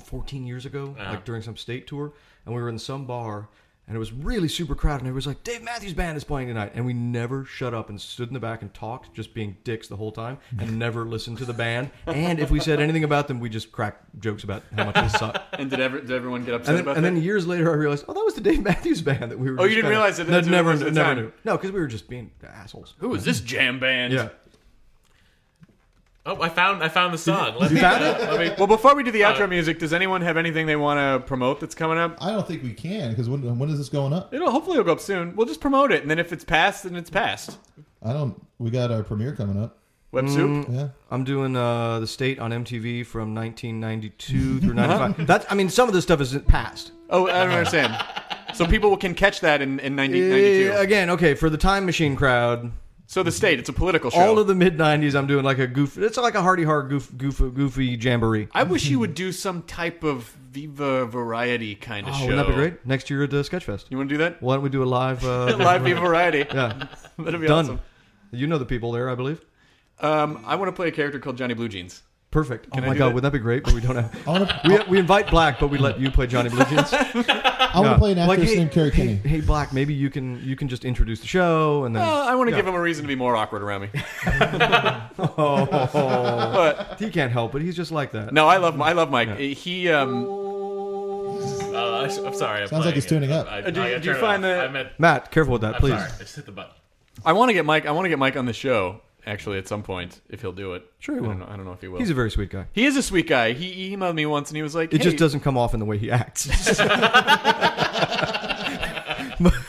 14 years ago, like during some state tour, and we were in some bar, and it was really super crowded. And everybody was like, "Dave Matthews Band is playing tonight," and we never shut up and stood in the back and talked, just being dicks the whole time, and never listened to the band. And if we said anything about them, we just cracked jokes about how much they suck.
And did, ever, did everyone get upset
And then,
about
and
that?
then years later, I realized, oh, that was the Dave Matthews Band that we were.
Oh, you
just
didn't
kinda-
realize it?
No,
That's what it
never,
was at the
never
time.
knew. No, because we were just being assholes.
Who is this jam band?
Yeah.
Oh, I found I found the song. Let
You
me,
found it?
let me
Well, before we do the outro music, does anyone have anything they want to promote that's coming up?
I don't think we can because when, when is this going up?
It'll hopefully it'll go up soon. We'll just promote it, and then if it's passed, then it's passed.
I don't. We got our premiere coming up.
Web
Mm.
soup.
Yeah.
I'm doing uh, the state on MTV from 1992 through 95. That's, I mean, some of this stuff isn't past.
Oh, I don't understand. So people can catch that in in 90, 92.
Uh, Again, okay, for the time machine crowd,
So the state, it's a political show.
all of the mid 90s, I'm doing like a goof. It's like a Hardy Hard goof, goof, goofy jamboree.
I wish you would do some type of Viva variety kind of
Oh,
show.
wouldn't that be great? Next year at the Sketchfest.
You want to do that?
Why don't we do a live? Uh,
Live Viva variety.
Yeah,
That'd be
done.
awesome.
You know the people there, I believe.
Um, I want to play a character called Johnny Blue Jeans.
Perfect.
Can
oh
I
my
do
god,
that?
wouldn't that be great? But we don't have.
I want to.
We, we invite Black, but we let you play Johnny Blue Jeans.
I want to play an actress
Like, hey,
named Carrie
hey,
Kenny.
hey, Black, maybe you can you can just introduce the show and then.
Uh, I want to give him a reason to be more awkward around me. but
he can't help it. He's just like that.
no, I love I love Mike. He um,
Uh, I sh- I'm sorry. I'm
Sounds like
playing
he's
it.
tuning up.
I- I
do Uh, you-
gotta
do you
turn it
find
off.
that-
I meant,
Matt, careful with that,
I'm
please.
sorry. I just hit the button.
I want to get Mike. I want to get Mike on the show actually at some point if he'll do it.
Sure he
I don't
will.
know, I don't know if he will.
He's a very sweet guy.
he is a sweet guy. He he emailed me once and he was like,
It
"Hey,
just doesn't come off in the way he acts.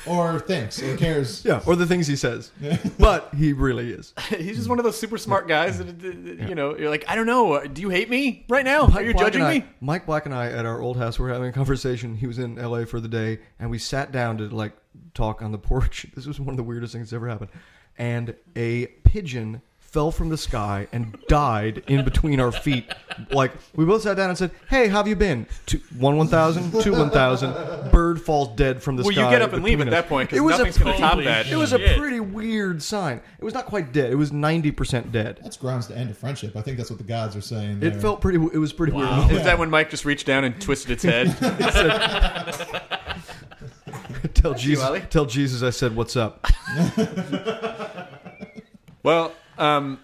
Or thanks. Or cares.
yeah, or the things he says. but he really is.
He's just one of those super smart guys that, that- that, you know. You're like, I don't know. uh, Do you hate me right now? Are you
Black
judging
and I-
me?
Mike Black and I at our old house were having a conversation. He was in LA for the day, and we sat down to like talk on the porch. This was one of the weirdest things that's ever happened. And a pigeon fell from the sky and died in between our feet. Like we both sat down and said, "Hey, how have you been?" Two, one one thousand, two one thousand. Bird falls dead from the
Well, you
sky.
get up and leave
between
at
us.
that point, 'cause
It was a
nothing's gonna
pretty-
top that.
It was a
Shit.
pretty weird sign. It was not quite dead. It was ninety percent dead.
That's grounds to end a friendship. I think that's what the gods are saying.
It
there.
felt pretty. It was pretty weird.
Is that when Mike just reached down and twisted its head?
Tell Jesus,
Ali.
tell Jesus I said what's up.
well, um,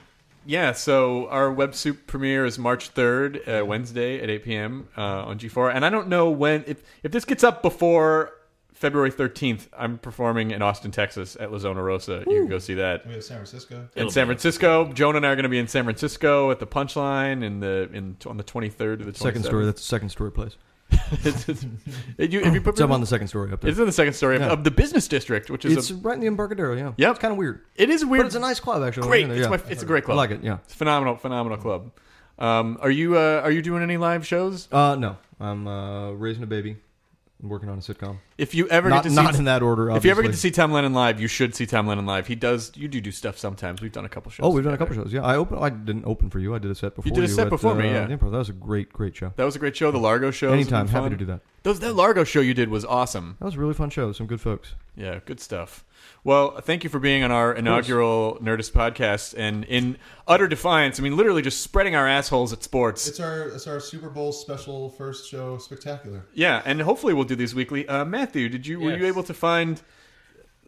yeah. So our web soup premiere is March third, uh, Wednesday at eight p.m. Uh, on G four, and I don't know when if if this gets up before February thirteenth. I'm performing in Austin, Texas, at La Zona Rosa. You can go see that.
We have San Francisco.
in San Francisco. Joan and I are going to be in San Francisco at the Punchline in the in on the 23rd to the 27th.
Second story. That's the second story place.
It's- it's- if you, if you put,
It's up on the second story up there.
it's in the second story of,
Yeah.
of the business district, which is
It's
a,
right in the Embarcadero. Yeah.
Yep.
It's kind of weird,
it is weird.
but it's a nice club actually.
great.
Yeah,
It's,
yeah.
my, it's a great club.
I like it. Yeah.
It's a phenomenal, phenomenal club. Um, are you uh, are you doing any live shows?
Uh, no, I'm uh, raising a baby. I'm working on a sitcom.
If you ever
Not,
get to
not
see,
in that order.
if you ever get to
obviously.
see Tom Lennon live, you should see Tom Lennon live. He does. You do do stuff sometimes. We've done a couple shows.
Oh, we've done a
together.
couple shows. Yeah, I open. I didn't open for you. I did a set before.
did a set
at,
before
uh,
me, yeah.
the Improv. That was a great, great show.
That was a great show. The Largo show.
Anytime, happy to do that.
Those, that Largo show you did was awesome.
That was a really fun show. Some good folks.
Yeah, good stuff. Well, thank you for being on our inaugural Nerdist podcast and in utter defiance. I mean, literally just spreading our assholes at sports.
It's our it's our Super Bowl special first show spectacular.
yeah, and hopefully we'll do these weekly. Uh, Matthew, did you were you
Yes.
able to find?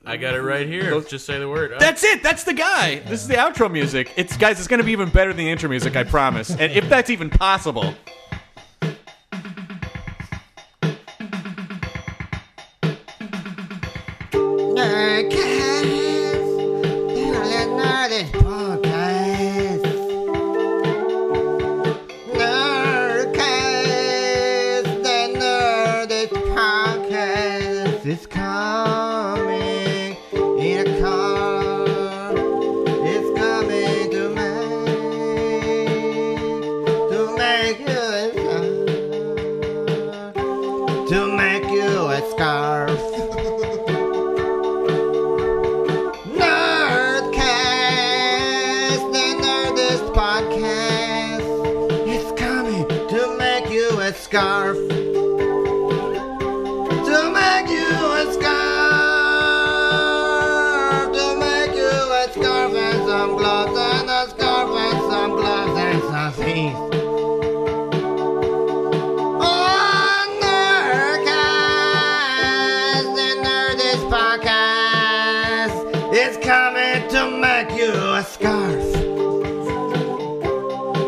I got it right here. Just say the word. Oh,
That's it. That's the guy. This is the outro music. It's guys. It's going to be even better than the intro music, I promise. And if that's even possible.
Nerdcast. Internet Nerdist Podcast. Nerdcast. The Nerdist Podcast is coming in a car. It's coming to make, to make you a scarf. To make you a scarf. Nerdcast, the Nerdist podcast. It's coming to make you a scarf. To make you a scarf. To make you a scarf and some gloves and a scarf and some gloves and some things. On Nerdcast, the is coming to make you a scarf.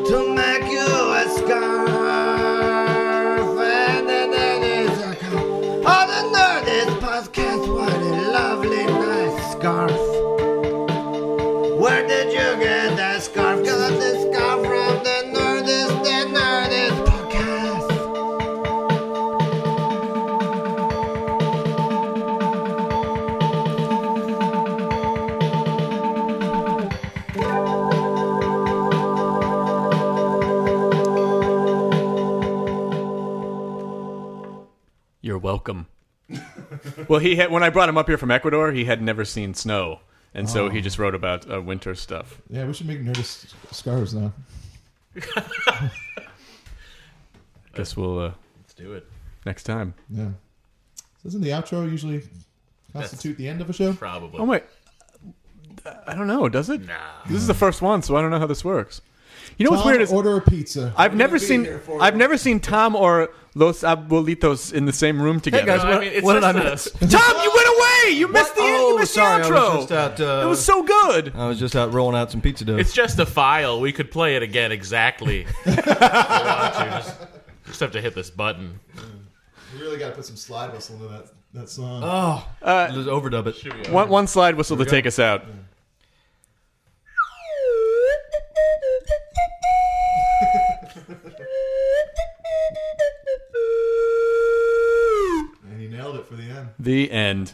To make you a scarf. And then it is a scarf. Oh, the nerd is podcast. What a lovely, nice scarf. Where did you get that scarf? Got this scarf from the Nerdist, the Nerdist podcast.
You're welcome. well, he had when I brought him up here from Ecuador, he had never seen snow, and so
Oh.
he just wrote about uh, winter stuff.
Yeah, we should make Nerdist s- scarves now.
Guess we'll uh,
Let's do it.
next time.
Yeah. Doesn't the outro usually constitute the end of a show?
Probably.
Oh wait, I don't know. Does it?
Nah.
This is the first one, so I don't know how this works. You know what's
Tom,
weird is
order a pizza.
I've never
be
seen
here for
I've never seen Tom or Los Abuelitos in the same room together.
guys,
No, I mean, it's
What did
just
I
a-
miss?
Tom, you went away. You missed the
Oh,
you missed
sorry,
the
I
outro.
was just out. Uh,
it was so good.
I was just out rolling out some pizza dough.
It's just a file. We could play it again exactly. If we want to. Just, just have to hit this button.
We really got to put some slide whistle into that, that song.
Oh.
uh,
Just overdub it.
One, one slide whistle to take us out.
and he nailed it for the end.
The end.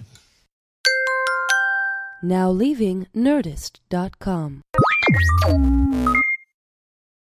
Now leaving Nerdist.com.